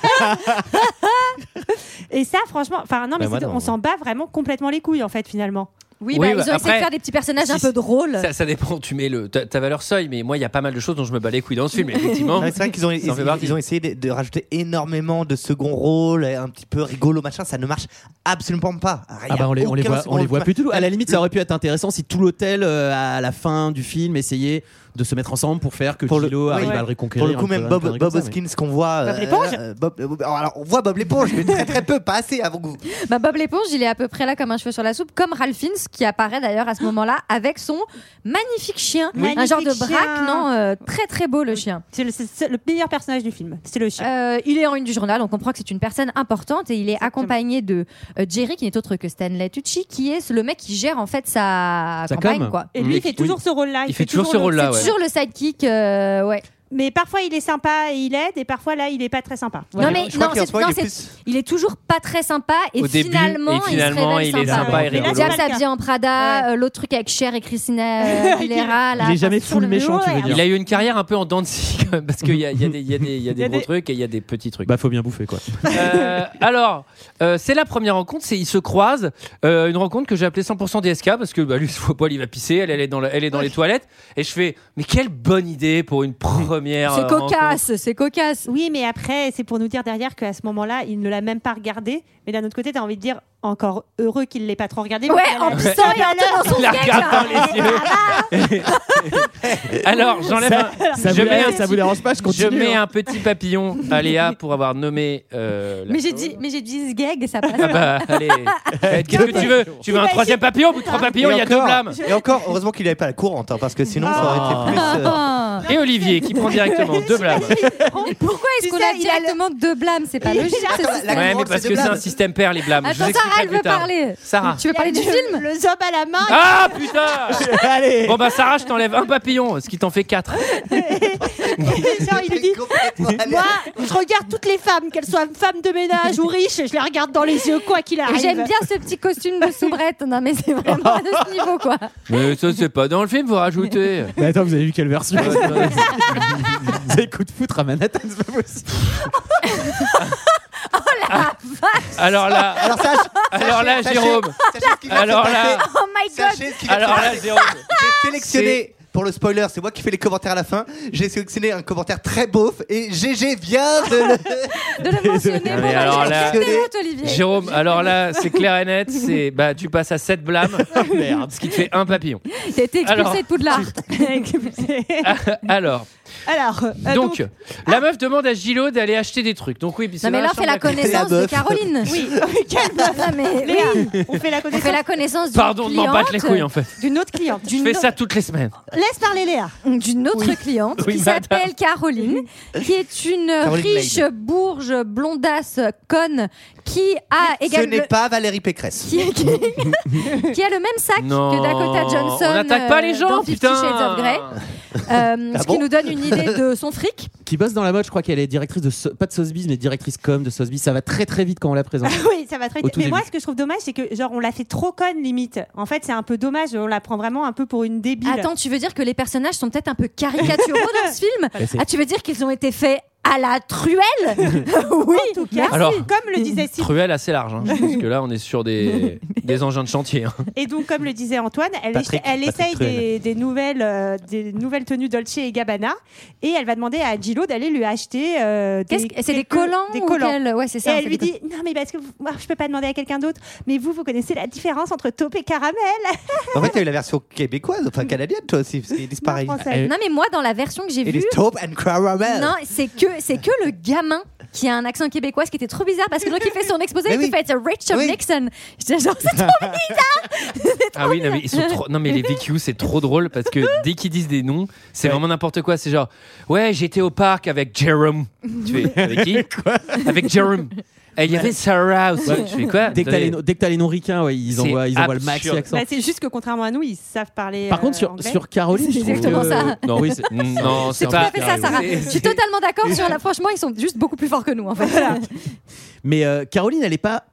Et ça, franchement, enfin non, mais
Bah, moi,
c'est-
non,
on s'en bat vraiment complètement les couilles en fait finalement.
Oui,
Oui, bah,
bah, ils ont essayé de
après,
faire des petits personnages
si-
un peu drôles.
Ça, ça dépend, tu mets le, ta, ta valeur seuil, mais moi, il y a pas mal de choses dont je me bats les couilles dans ce film, effectivement.
Non, mais
<laughs>
C'est vrai qu'ils ont,
fait
ils-
partie.
ils ont essayé de, de rajouter énormément de second rôle, un petit peu rigolo, machin. Ça ne marche absolument pas. Il y
Ah
a
bah on les, on les
aucun
voit,
second
on les
rôle
voit
qui
plus du tout. À la
Le-
limite, ça aurait pu être intéressant si tout l'hôtel, euh, à la fin du film, essayait de se mettre ensemble pour faire que
Pour le-
Gilo
oui.
arrive
Ouais.
à le réconquérir.
Pour le coup,
un peu,
même
un
Bob,
peu
Bob
comme ça, mais-
Hoskins qu'on voit.
Bob l'éponge
euh, Bob- euh, alors, on voit Bob l'éponge, mais très très peu, pas assez avant que vous.
Bah, Bob l'éponge, il est à peu près là comme un cheveu sur la soupe, comme Ralph Fiennes qui apparaît d'ailleurs à ce moment-là avec son magnifique chien,
Oui.
un genre de
Magnifique
braque,
chien.
non, euh, très très beau le chien.
C'est le, c'est le meilleur personnage du film, c'est le chien.
Euh, il est en une du journal, on comprend que c'est une personne importante et il est accompagné de euh, Jerry qui n'est autre que Stanley Tucci qui est le mec qui gère en fait sa,
Sa
campagne
com.
quoi.
Et lui,
oui.
il fait toujours ce rôle-là.
Il fait toujours ce
le-
rôle-là,
c'est
ouais.
Sur le sidekick, euh, ouais.
Mais parfois il est sympa et il aide, et parfois là il est pas très sympa.
Non mais
Je crois
non,
qu'en
c'est-
ce moment,
non,
il est
c'est-
plus-
il est toujours pas très sympa et
Au début,
finalement,
et finalement,
il, se
il est
révèle
sympa Ah, et
Ouais, mais là,
rigolo.
c'est pas
Diable
le cas.
s'habillait en Prada,
Ouais.
euh, l'autre truc avec Cher et Christina euh, Aguilera. là,
Il est jamais
enfin, c'est toujours
full méchant, tu veux
ouais,
dire.
Il a eu une carrière un peu en dents de scie, <laughs> quand même, parce qu'il y a, il y a des, il y a des- il y a des
Il y a
gros
des-
trucs et il y a des petits trucs.
Bah, faut bien bouffer, quoi.
Euh, alors, euh, c'est la première rencontre, c'est ils se croisent. Euh, une rencontre que j'ai appelée 100% DSK parce que bah, lui, <laughs> ce faux poil, il va pisser, elle, elle est dans, la- elle est dans les toilettes. Et je fais, mais quelle bonne idée pour une première.
C'est
euh,
<laughs>
rencontre.
cocasse, c'est cocasse.
Oui, mais après, c'est pour nous dire derrière qu'à ce moment-là, il ne l'a même pas regardé. Mais d'un autre côté, t'as envie de dire encore heureux qu'il l'ait pas trop regardé.
Ouais,
parce qu'elle a
en
la-
pissant et en tenant son
Il la
siècle.
regarde dans les yeux. <laughs> alors, j'enlève un.
Ça
je
vous,
mets
eh,
un
ça
petit-
vous dérange pas, je
Je
continue.
mets
hein.
un petit papillon à Léa pour avoir nommé. euh, la
Mais j'ai
chose.
dit, mais j'ai dit ce gag, ça passe.
Ah bah, allez. Eh, Qu'est-ce que tu veux Tu veux un troisième papillon Ou trois papillons, il y a deux
encore-
blâmes.
Et encore, heureusement qu'il n'avait pas la courante, hein, parce que sinon ça aurait été plus. euh,
<laughs> Ah.
Et Olivier qui prend directement deux blâmes.
Mais pourquoi est-ce
Tu
qu'on
sais,
a
il a le-
directement deux blâmes C'est pas
Il a
logique. ce
la-
système.
Ouais, mais
courante,
parce
c'est
que
de
c'est un
blâme.
système père, les blâmes. Je vous
Attends, ça
sujet
Sarah, elle
plus
veut
tard. Ah.
parler.
Sarah.
Tu veux parler du film
Le zob à la main.
Ah putain
<laughs>
Allez. Bon bah Sarah, je t'enlève un papillon, ce qui t'en fait quatre.
Ah
Genre, il lui dit Moi, je regarde toutes les femmes, qu'elles soient femmes de ménage ou riches, je les regarde dans les yeux, quoi qu'il arrive.
J'aime bien ce petit costume de soubrette. Non, mais c'est
<laughs>
vraiment à ce niveau, quoi.
Oh
Mais ça c'est pas dans le film, vous <laughs> rajoutez.
Mais attends, vous avez vu quelle version
Ouais, ouais.
C'est coup de foutre à Manhattan, c'est pas possible.
Ah.
Alors là, alors, là,
sachez-
Jérôme.
sachez ce qui va
Alors
se
là,
passer.
Oh my god.
Sachez ce qui va se
alors là,
passer.
Jérôme.
J'ai sélectionné. Pour le spoiler, c'est moi qui fais les commentaires à la fin. J'ai sélectionné un commentaire très beauf et GG vient de le...
De le mentionner.
mais
Bon, bah,
alors
j'ai-
là-
j'ai des honte, Olivier.
Jérôme, alors là, c'est clair et net, c'est bah tu passes à 7
<laughs>
blâmes,
Ah,
Merde.
ce qui te fait un papillon.
T'as été expulsé
Alors-
de Poudlard. <laughs>
Alors,
Alors, euh,
Ah,
donc, la meuf demande à Gilo d'aller acheter des trucs. Donc oui,
Non, mais là, on fait la connaissance
La
de
meuf.
Caroline.
oui, <laughs>
Non, mais oui.
Léa, on fait la
On fait
connaissance
la connaissance d'une
Pardon de m'en battre les
cliente,
couilles hein. en fait.
d'une autre cliente.
Je
d'une
fais
autre-
ça toutes les semaines.
Laisse parler Léa.
d'une autre cliente
Oui,
qui
madame.
s'appelle Caroline, qui est une
Caroline
riche
Leyde.
bourge blondasse conne qui a
Ce
également
n'est pas Valérie Pécresse.
<laughs> qui, qui- qui a le même sac que Dakota Johnson.
on n'attaque pas les
euh,
gens,
dans Fifty
putain.
Shades of Grey, euh,
Ah
ce
bon
qui nous donne une idée de son fric.
Qui bosse dans la mode, je crois qu'elle est directrice de So- pas de Sotheby's, mais directrice com de Sotheby's. Ça va très très vite quand on la présente.
Ah oui, ça va très
Au
vite.
tout
Mais moi,
début.
ce que je trouve dommage, c'est que genre on la fait trop conne limite. En fait, c'est un peu dommage. On la prend vraiment un peu pour une débile.
Attends, tu veux dire que les personnages sont peut-être un peu caricaturaux dans ce
Mais
film
c'est-
Ah, tu veux dire qu'ils ont été faits à la truelle Oui.
en tout cas,
Alors-
comme le disait Sylvie,
Cruel assez large, hein, parce que là on est sur
<laughs>
des, des engins de chantier. hein.
et donc comme le disait Antoine, elle,
Patrick-
elle
Patrick
essaye
Truel.
des, des nouvelles, euh, des nouvelles tenues Dolce et Gabbana, et elle va demander à Gillo d'aller lui acheter. euh, des-
Qu'est-ce que- C'est des
quelques-
collants
des
ou
collants.
quel- Ouais, c'est
Et
ça.
elle
c'est
lui
des-
dit non mais parce que vous- moi, je peux pas demander à quelqu'un d'autre mais vous vous connaissez la différence entre taupe et caramel
En fait, t'as eu la version québécoise, enfin canadienne, toi aussi, parce qu'ils disent
Non,
pareil.
Ah,
français.
Non, mais moi, dans la version que j'ai
It is
vue,
taupe and caramel.
Non, c'est que c'est que le gamin qui a un accent québécois, ce qui était trop bizarre parce que donc il fait son exposé,
Mais
il
oui.
fait It's a Richard
Oui.
Nixon. J'étais genre
<laughs>
c'est trop
Ah oui, non, mais ils sont trop... non mais les VQ c'est trop drôle parce que dès qu'ils disent des noms, c'est vraiment n'importe quoi. C'est genre ouais j'étais au parc avec Jerome. Tu <laughs> fais avec qui Avec Jerome. Et il y avait Sarah aussi.
Ouais.
Tu fais quoi
Ah, Dès que t'as les, no- dès que t'as les non-ricains, ouais, ils
C'est
envoient, ils envoient le
absurde.
maxi accent.
Bah, c'est juste que contrairement à nous ils savent parler
Par
euh,
contre, sur,
anglais.
sur Caroline, je
C'est
trouve
exactement
que-
ça.
<laughs> Non,
<laughs>
oui, c'est-
Non, <laughs> c'est
tout
pas.
à fait ça, Sarah. Je suis totalement d'accord sur la. Franchement, ils sont juste beaucoup plus forts que nous en fait.
Mais euh, Caroline, elle est pas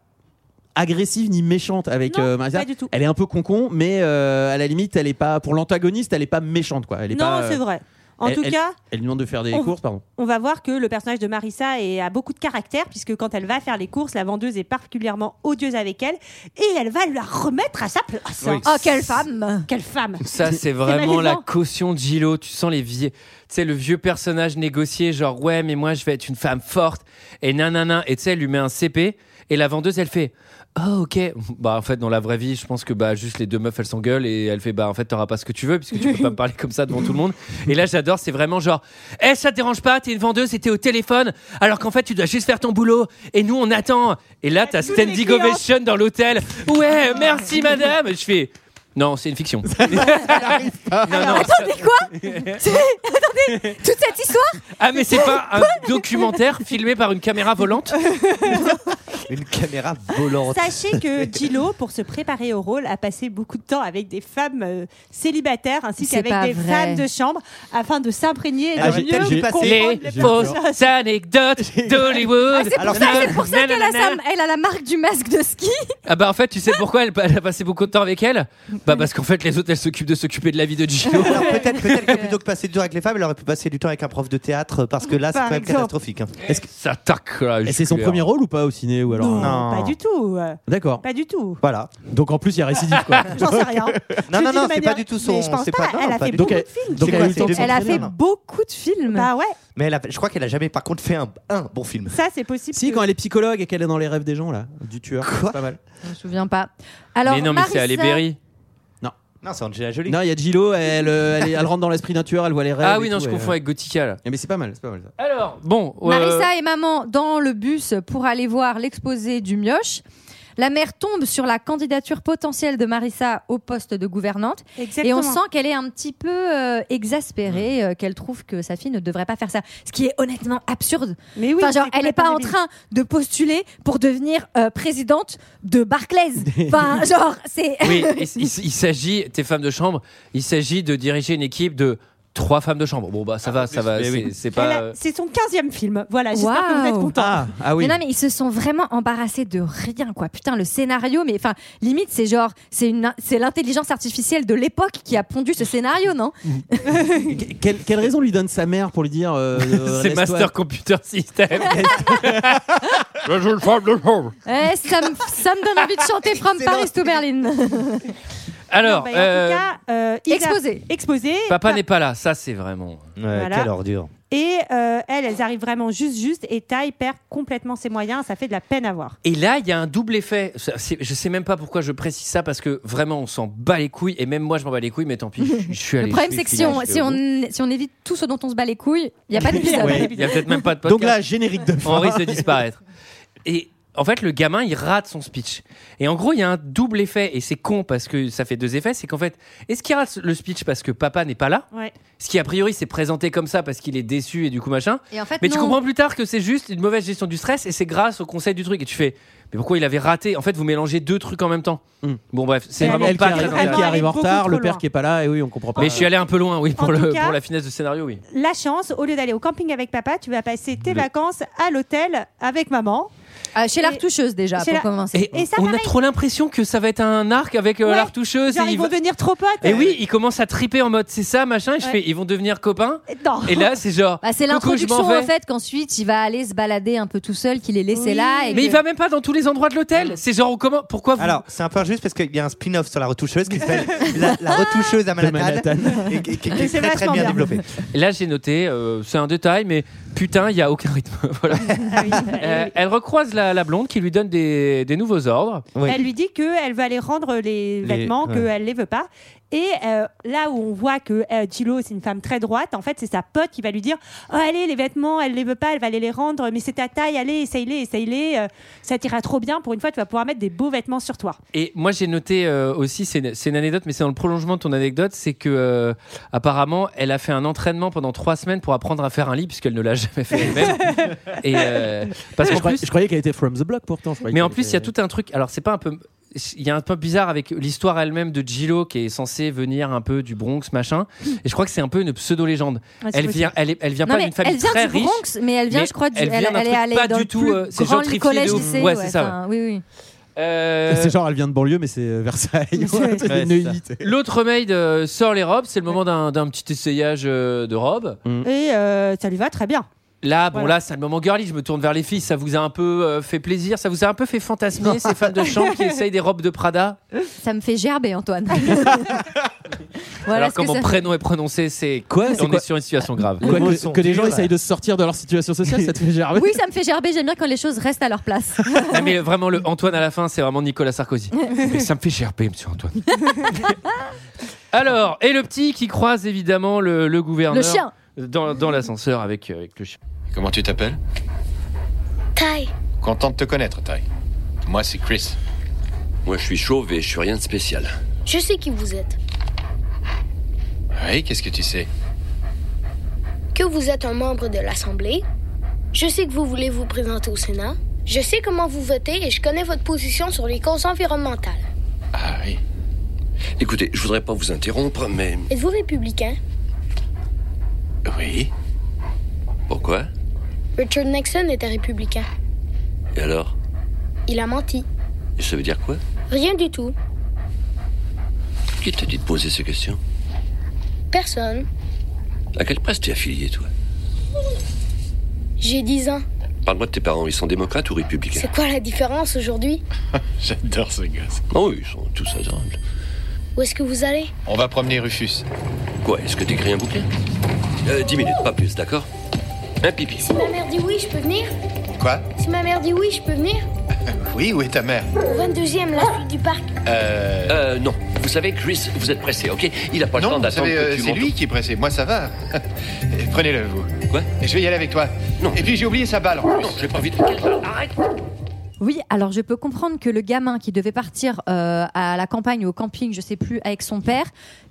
agressive ni méchante avec
Non,
euh, Marisa.
pas du tout.
Elle est un peu concon, mais euh, à la limite, elle est pas pour l'antagoniste, elle est pas méchante quoi. Elle est
non
pas, euh,
c'est vrai en
elle-
tout cas
Elle lui demande de faire des
On-
courses, pardon.
on va voir que le personnage de Marissa est- a beaucoup de caractère, puisque quand elle va faire les courses, la vendeuse est particulièrement odieuse avec elle, et elle va la remettre à sa place.
Oui.
Oh quelle femme
Quelle femme
Ça, c'est vraiment
malaisant.
la caution de Gilo. Tu sens les vieux, tu sais, le vieux personnage négocié, genre, ouais, mais moi, je vais être une femme forte, et nanana. Et tu sais, elle lui met un CP, et la vendeuse, elle fait, oh, ok. Bah, en fait, dans la vraie vie, je pense que, bah, juste les deux meufs, elles s'engueulent, et elle fait, bah, en fait, t'auras pas ce que tu veux, puisque tu peux pas me parler comme ça devant tout le monde. Et là, j'adore, c'est vraiment genre, eh, ça te dérange pas, t'es une vendeuse, et t'es au téléphone, alors qu'en fait, tu dois juste faire ton boulot, et nous, on attend. Et là, t'as
Tous les
standing
clients.
ovation dans l'hôtel. Ouais, merci, madame. Je fais, non, c'est une fiction. Non, non, ça-
Attendez quoi C'est- Attendez toute cette histoire
Ah, mais c'est pas un documentaire filmé par une caméra volante
Une caméra volante.
Sachez
<laughs>
que Gillo, pour se préparer au rôle, a passé beaucoup de temps avec des femmes euh, célibataires ainsi
C'est
qu'avec
pas
des
vrai.
femmes de chambre afin de s'imprégner et
Ah,
de
j'ai
mieux
tellement passé-
comprendre
Oh,
Les
les
fausses
personnages.
<laughs>
anecdotes d'Hollywood.
Ah, C'est pour
Alors,
ça,
ça-
c'est pour ça qu'elle a, sa- elle a la marque du masque de ski.
Ah bah en fait, tu sais pourquoi elle, elle a passé beaucoup de temps avec elle Bah parce qu'en fait, les autres, elles s'occupent de s'occuper de la vie de
<laughs>
Gino.
<laughs> Alors peut-être peut-être que plutôt que passer du temps avec les femmes, elle aurait pu passer du temps avec un prof de théâtre parce que là c'est
Par
quand même
exemple.
catastrophique. hein.
Ça tac là,
Et c'est son
jusque-là.
premier rôle ou pas au ciné ou alors
Non,
Non.
pas du tout. euh,
D'accord.
Pas du tout.
Voilà.
Donc en plus, il y a récidive <laughs> quoi.
J'en sais rien.
<laughs>
Je
Non non
dis de
non, c'est
manière-
pas du tout son.
Mais je pense
c'est
pas,
non,
elle a
pas
fait
du
Donc
tout.
elle, donc
C'est
elle
quoi,
a eu le
c'est
temps de
une
Elle a fait
s'entraîner.
beaucoup de films.
Bah ouais,
Mais elle a fait- je crois qu'elle a jamais par contre fait un, un bon film.
ça c'est possible.
Si,
que-
quand elle est psychologue et qu'elle est dans les rêves des gens là, du tueur.
Quoi
c'est pas mal.
Je me souviens pas. Alors,
mais non, mais c'est
Marissa-
Halle Berry.
Non, c'est Angela Jolie.
Non, il y a Gilo, elle, euh, elle, est- elle rentre dans l'esprit d'un tueur, elle voit les rêves.
Ah oui,
et
non,
tout,
je
et,
confonds
euh,
avec Gothica là.
eh, Mais c'est pas mal, c'est pas mal ça.
Alors, bon. euh,
Marissa et maman dans le bus pour aller voir l'exposé du mioche. La mère tombe sur la candidature potentielle de Marissa au poste de gouvernante.
Exactement.
Et on sent qu'elle est un petit peu euh, exaspérée, euh, qu'elle trouve que sa fille ne devrait pas faire ça. Ce qui est honnêtement absurde.
Mais oui,
enfin, genre,
c'est
elle n'est pas en
complètement
train de postuler pour devenir euh, présidente
<laughs>
de Barclays. enfin, genre, c'est.
<laughs> Oui, il,
<laughs>
il- il s'agit, tes femmes de chambre, il s'agit de diriger une équipe de trois femmes de chambre. Bon, bah ça va, ça va, c'est c'est pas. euh, Ah,
Elle a- C'est son 15e film. Voilà, j'espère que vous êtes
Waouh.
contents.
Mais non, mais ils se sont vraiment embarrassés de rien, quoi. Putain, le scénario, mais enfin, limite, c'est genre, c'est une, c'est l'intelligence artificielle de l'époque qui a pondu ce scénario, non
Quelle, quelle raison lui donne sa mère pour lui dire euh, euh,
C'est
laisse-toi-
Master Computer System. Je suis une femme de chambre.
Eh, ça me, ça me donne envie de chanter From Paris to Berlin.
Alors,
Bah,
euh,
en tout cas, euh, Isa-
Exposé.
Exposé.
papa n'est pas là, ça c'est vraiment.
Voilà. quelle <laughs>
ordure.
Et euh, elles, elles arrivent vraiment juste, juste. Et Ty perd complètement ses moyens. Ça fait de la peine à voir.
Et là, il y a un double effet. Ça, c'est- Je sais même pas pourquoi je précise ça parce que vraiment, on s'en bat les couilles et même moi, je m'en bats les couilles. Mais tant pis, je, je suis allé.
Le problème,
je
c'est
suis
que si
fidèle,
on,
je suis
si,
au bout.
on, si on évite tout ce dont on se bat les couilles, il n'y a pas d'épisode.
Ouais, Il y a peut-être même pas de podcast.
Donc là, générique de
on
fin.
risque de disparaître. Et en fait, le gamin, il rate son speech. Et en gros, il y a un double effet, et c'est con parce que ça fait deux effets. C'est qu'en fait, est-ce qu'il rate le speech parce que papa n'est pas là
Ouais.
Ce qui, a priori, s'est présenté comme ça parce qu'il est déçu et du coup, machin.
Et en fait,
Mais tu
non.
comprends plus tard que c'est juste une mauvaise gestion du stress et c'est grâce au conseil du truc. Et tu fais, mais pourquoi il avait raté En fait, vous mélangez deux trucs en même temps.
Hmm.
Bon, bref, c'est
Elle
vraiment
Elle qui
pas très
arrive, elle qui
intéressant.
arrive en
Beaucoup
retard,
trop
le père
loin.
qui est pas là, et oui, on comprend pas.
Mais je suis allé un peu loin, oui,
En
pour,
tout
le,
cas-
pour la finesse de scénario, oui.
La chance, au lieu d'aller au camping avec papa, tu vas passer tes
Le-
vacances à l'hôtel avec maman.
Euh, chez la retoucheuse, déjà,
Chez
pour
la-
commencer.
Et,
Et ça,
on a
pareil.
trop l'impression que ça va être un arc avec euh,
Ouais.
la retoucheuse.
Genre,
et
ils
il
vont
va-
devenir trop potes.
Et oui, il commence à triper en mode c'est ça, machin, et je
Ouais.
fais ils vont devenir copains.
Non.
Et là, c'est genre.
Bah,
coucou,
c'est
je
l'introduction,
m'en
en
vais.
fait, qu'ensuite, il va aller se balader un peu tout seul, qu'il est laissé
Oui.
là. Et
Mais
que-
il va même pas dans tous les endroits de l'hôtel. C'est genre, on commence- pourquoi vous.
Alors, c'est un peu injuste parce qu'il y a un spin-off sur la retoucheuse qui s'appelle la, la retoucheuse à Manhattan, et qui, qui- qui est
C'est
très, très
vachement
bien
bien.
développée.
Là, j'ai noté, euh, c'est un détail, mais putain, il y a aucun rythme. <laughs> voilà.
<laughs> Ah oui, bah,
Eh
Euh, elle recroise la, la blonde qui lui donne des, des nouveaux ordres.
Oui.
Elle lui dit qu'elle va aller rendre les, vêtements,
ouais.
qu'elle ne les veut pas. Et euh, là où on voit que euh, Thilo, c'est une femme très droite, en fait, c'est sa pote qui va lui dire Oh, Allez, les vêtements, elle ne les veut pas, elle va aller les rendre, mais c'est ta taille, allez, essaye-les, essaye-les. euh, ça t'ira trop bien. Pour une fois, tu vas pouvoir mettre des beaux vêtements sur toi.
Et moi, j'ai noté euh, aussi, c'est une- c'est une anecdote, mais c'est dans le prolongement de ton anecdote, c'est que euh, apparemment, elle a fait un entraînement pendant trois semaines pour apprendre à faire un lit, puisqu'elle ne l'a jamais fait elle-même. <laughs> Et euh, parce
Je
qu'en
croyais,
plus,
je croyais qu'elle était from the block pourtant. je croyais
Mais en
qu'elle
plus, il y a
était-
tout un truc. Alors, c'est pas un peu. Il y a un peu bizarre avec l'histoire elle-même de Gillo qui est censée venir un peu du Bronx, machin. Et je crois que c'est un peu une pseudo-légende.
Ouais, c'est
Elle
possible.
vient, elle, est- elle vient
Ah, Non,
pas
mais
d'une famille
elle vient
très
du
riche.
Bronx, mais elle vient,
mais
je crois, du,
elle vient d'un
est
truc
allée
pas
dans
du
le
tout,
plus
euh, c'est
grand
gentrifié de
collège
ouf.
lycée.
Ouais, c'est ça,
enfin, Oui, oui.
Euh,
C'est genre, elle vient de banlieue, mais c'est euh, Versailles. <laughs>
c'est-
C'est une unité.
L'autre maid euh, sort les robes. C'est le moment d'un d'un petit essayage euh, de robes.
Et euh, ça lui va très bien.
Là, bon,
Voilà.
là, c'est le moment girly. Je me tourne vers les filles. Ça vous a un peu euh, fait plaisir Ça vous a un peu fait fantasmer ces femmes de chambre qui essayent des robes de Prada
Ça me fait
<laughs>
gerber, Antoine. voilà
Alors,
ce que
quand mon
ça...
prénom est prononcé, c'est
Quoi, c'est
On
quoi
est sur une situation grave.
Quoi
mots
que,
sont
que les gens
durs, là.
essayent de se sortir de leur situation sociale, ça te fait gerber.
Oui, ça me fait gerber. J'aime bien quand les choses restent à leur place.
Non, mais vraiment, le Antoine à la fin, c'est vraiment Nicolas Sarkozy. Mais ça me fait gerber, monsieur Antoine. <laughs> Alors, et le petit qui croise évidemment le, le gouverneur
Le chien.
dans, dans l'ascenseur avec, euh, avec le chien.
Comment tu t'appelles
Taille.
Content de te connaître, Ty. Moi, c'est Chris.
Moi, je suis chauve et je suis rien de spécial.
Je sais qui vous êtes.
Oui, qu'est-ce que tu sais
Que vous êtes un membre de l'Assemblée. Je sais que vous voulez vous présenter au Sénat. Je sais comment vous votez et je connais votre position sur les causes environnementales.
Ah oui.
Écoutez, je voudrais pas vous interrompre, mais
Êtes-vous républicain
Oui.
pourquoi
Richard Nixon était républicain.
Et alors
Il a menti.
Et ça veut dire quoi
Rien du tout.
Qui t'a dit de poser ces questions
Personne.
À quelle presse t'es affilié, toi
J'ai 10 ans.
Parle-moi de tes parents, ils sont démocrates ou républicains
C'est quoi la différence aujourd'hui
J'adore ce gosse.
Oh, ils sont tous adorables.
Où est-ce que vous allez
On va promener Rufus.
Quoi, est-ce que t'écris un bouquin euh, Dix minutes, pas plus, d'accord Un pipi.
Si ma mère dit oui, je peux venir
Quoi
Si ma mère dit oui, je peux venir
<laughs> Oui, où est ta mère
Au 22e, la suite du parc.
Euh.
Euh, non. Vous savez, Chris, vous êtes pressé, ok Il a pas le
non,
temps
vous
d'attendre
savez, euh,
que tu
c'est
montes
lui qui est pressé. Moi, ça va. <laughs> Prenez-le, vous.
Quoi
Je vais y aller avec toi.
Non.
Et puis, j'ai oublié sa balle en
Non,
plus.
j'ai pas envie de... Arrête
Oui, alors je peux comprendre que le gamin qui devait partir euh, à la campagne ou au camping, je sais plus, avec son père,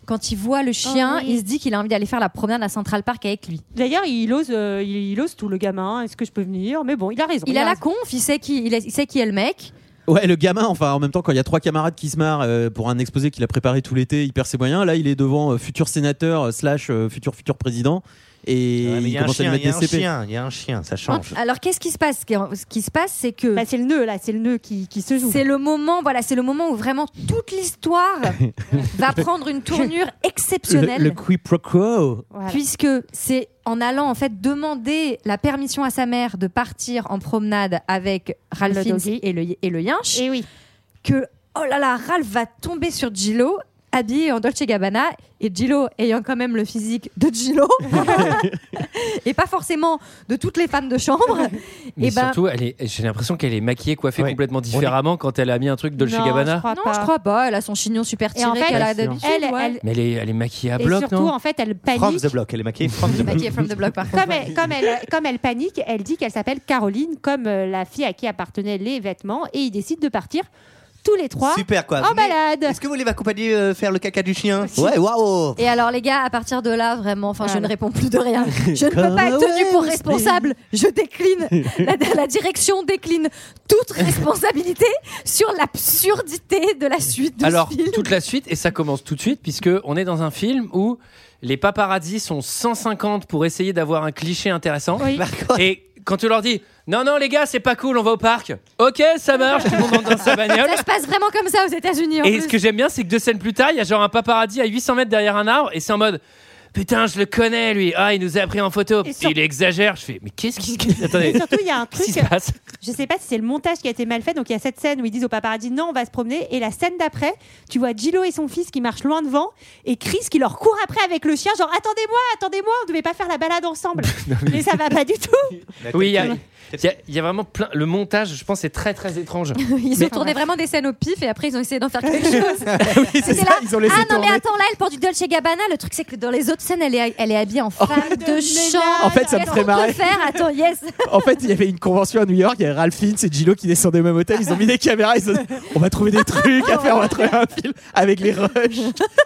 quand il voit le chien,
Oh, oui.
il se dit qu'il a envie d'aller faire la promenade à Central Park avec lui.
D'ailleurs, il ose, euh, il, il ose tout le gamin. Est-ce que je peux venir Mais bon, il a raison.
Il a la
raison.
conf, il sait qui, il est- il sait qui est le mec.
Ouais, le gamin, enfin, en même temps, quand il y a trois camarades qui se marrent euh, pour un exposé qu'il a préparé tout l'été, il perd ses moyens. Là, il est devant euh, futur sénateur, euh, slash euh, futur futur président, et
Ouais, mais il
il
y a un
commence à lui
chien,
mettre
il y a
des
un
CP.
chien, il y a un chien, ça change.
Alors qu'est-ce qui se passe Ce qui- Ce qui se passe, c'est que
Bah, c'est le nœud là, c'est le nœud qui, se joue.
C'est le moment, voilà, c'est le moment où vraiment toute l'histoire va prendre une tournure exceptionnelle.
Le, le qui pro quo.
Puisque c'est en allant en fait demander la permission à sa mère de partir en promenade avec Ralph
Le
Fiennes
doggy.
et le, et le yinche
et oui.
que oh là là Ralph va tomber sur Gillo habillé en Dolce Gabbana et Gillo ayant quand même le physique de Gillo <laughs> et pas forcément de toutes les femmes de chambre
Mais
et ben
surtout, elle est- j'ai l'impression qu'elle est maquillée, coiffée complètement différemment quand elle a mis un truc Dolce
non, Je
Gabbana.
crois pas. non, je crois pas. Elle a son chignon super
Et
tiré
en fait,
qu'elle a
elle-
d'habitude.
elle-
ouais.
elle-
Mais elle est, elle est maquillée à
Et
bloc,
surtout,
non
en fait, elle panique.
From the block, elle est maquillée from the block.
Maquillée from the block, <laughs> par contre.
Comme elle, comme, elle, comme elle panique, elle dit qu'elle s'appelle Caroline, comme euh, la fille à qui appartenaient les vêtements, et ils décident de partir tous les trois Oh,
Super quoi.
en
Venez-
balade.
Est-ce que vous voulez m'accompagner euh, faire le caca du chien Ouais, waouh
Et alors les gars, à partir de là, vraiment, enfin, je
Voilà.
ne réponds plus de rien. Je ne peux pas être tenue pour responsable. Je décline. La, la direction décline toute responsabilité sur l'absurdité de la suite de
Alors,
ce film.
toute la suite, et ça commence tout de suite, puisque on est dans un film où les paparazzis sont 150 pour essayer d'avoir un cliché intéressant.
Oui.
Et quand tu leur dis Non, non, les gars, c'est pas cool, on va au parc. Ok, ça marche, tout le monde monte dans sa bagnole.
Ça se passe vraiment comme ça aux États-Unis. en
Et ce
plus.
que j'aime bien, c'est que deux scènes plus tard, il y a genre un paparazzi à 800 mètres derrière un arbre, et c'est en mode. Putain, je le connais, lui. Ah, il nous a pris en photo.
Et sur-
Il exagère. Je fais, mais qu'est-ce qui se
Et
Attendez,
surtout, il y a
<laughs>
un
qu'est-ce qui
truc,
se passe
je sais pas si c'est le montage qui a été mal fait, donc il y a cette scène où ils disent au paparazzi non, on va se promener, et la scène d'après, tu vois Gillo et son fils qui marchent loin devant, et Chris qui leur court après avec le chien, genre attendez-moi, attendez-moi, on devait pas faire la balade
<laughs>
ensemble. mais ça va pas du tout.
Oui, il y a, il y a- il y a vraiment plein. Le montage, je pense, c'est très, très étrange.
Ils ont tourné vraiment des scènes au pif et après ils ont essayé d'en faire quelque chose. C'était là. ah non mais attends là elle porte du Dolce Gabbana. Le truc c'est que dans les autres scènes elle est, elle est habillée en femme de chambre.
En fait, ça me
Qu'est-ce
ferait
qu'on peut
marrer.
faire Attends yes.
En fait, il y avait une convention à New York, il y avait Ralph Fiennes et Gillo qui descendaient au même hôtel, ils ont mis des caméras, ils ont dit, on va trouver des trucs à faire, on va trouver un film avec les rushs.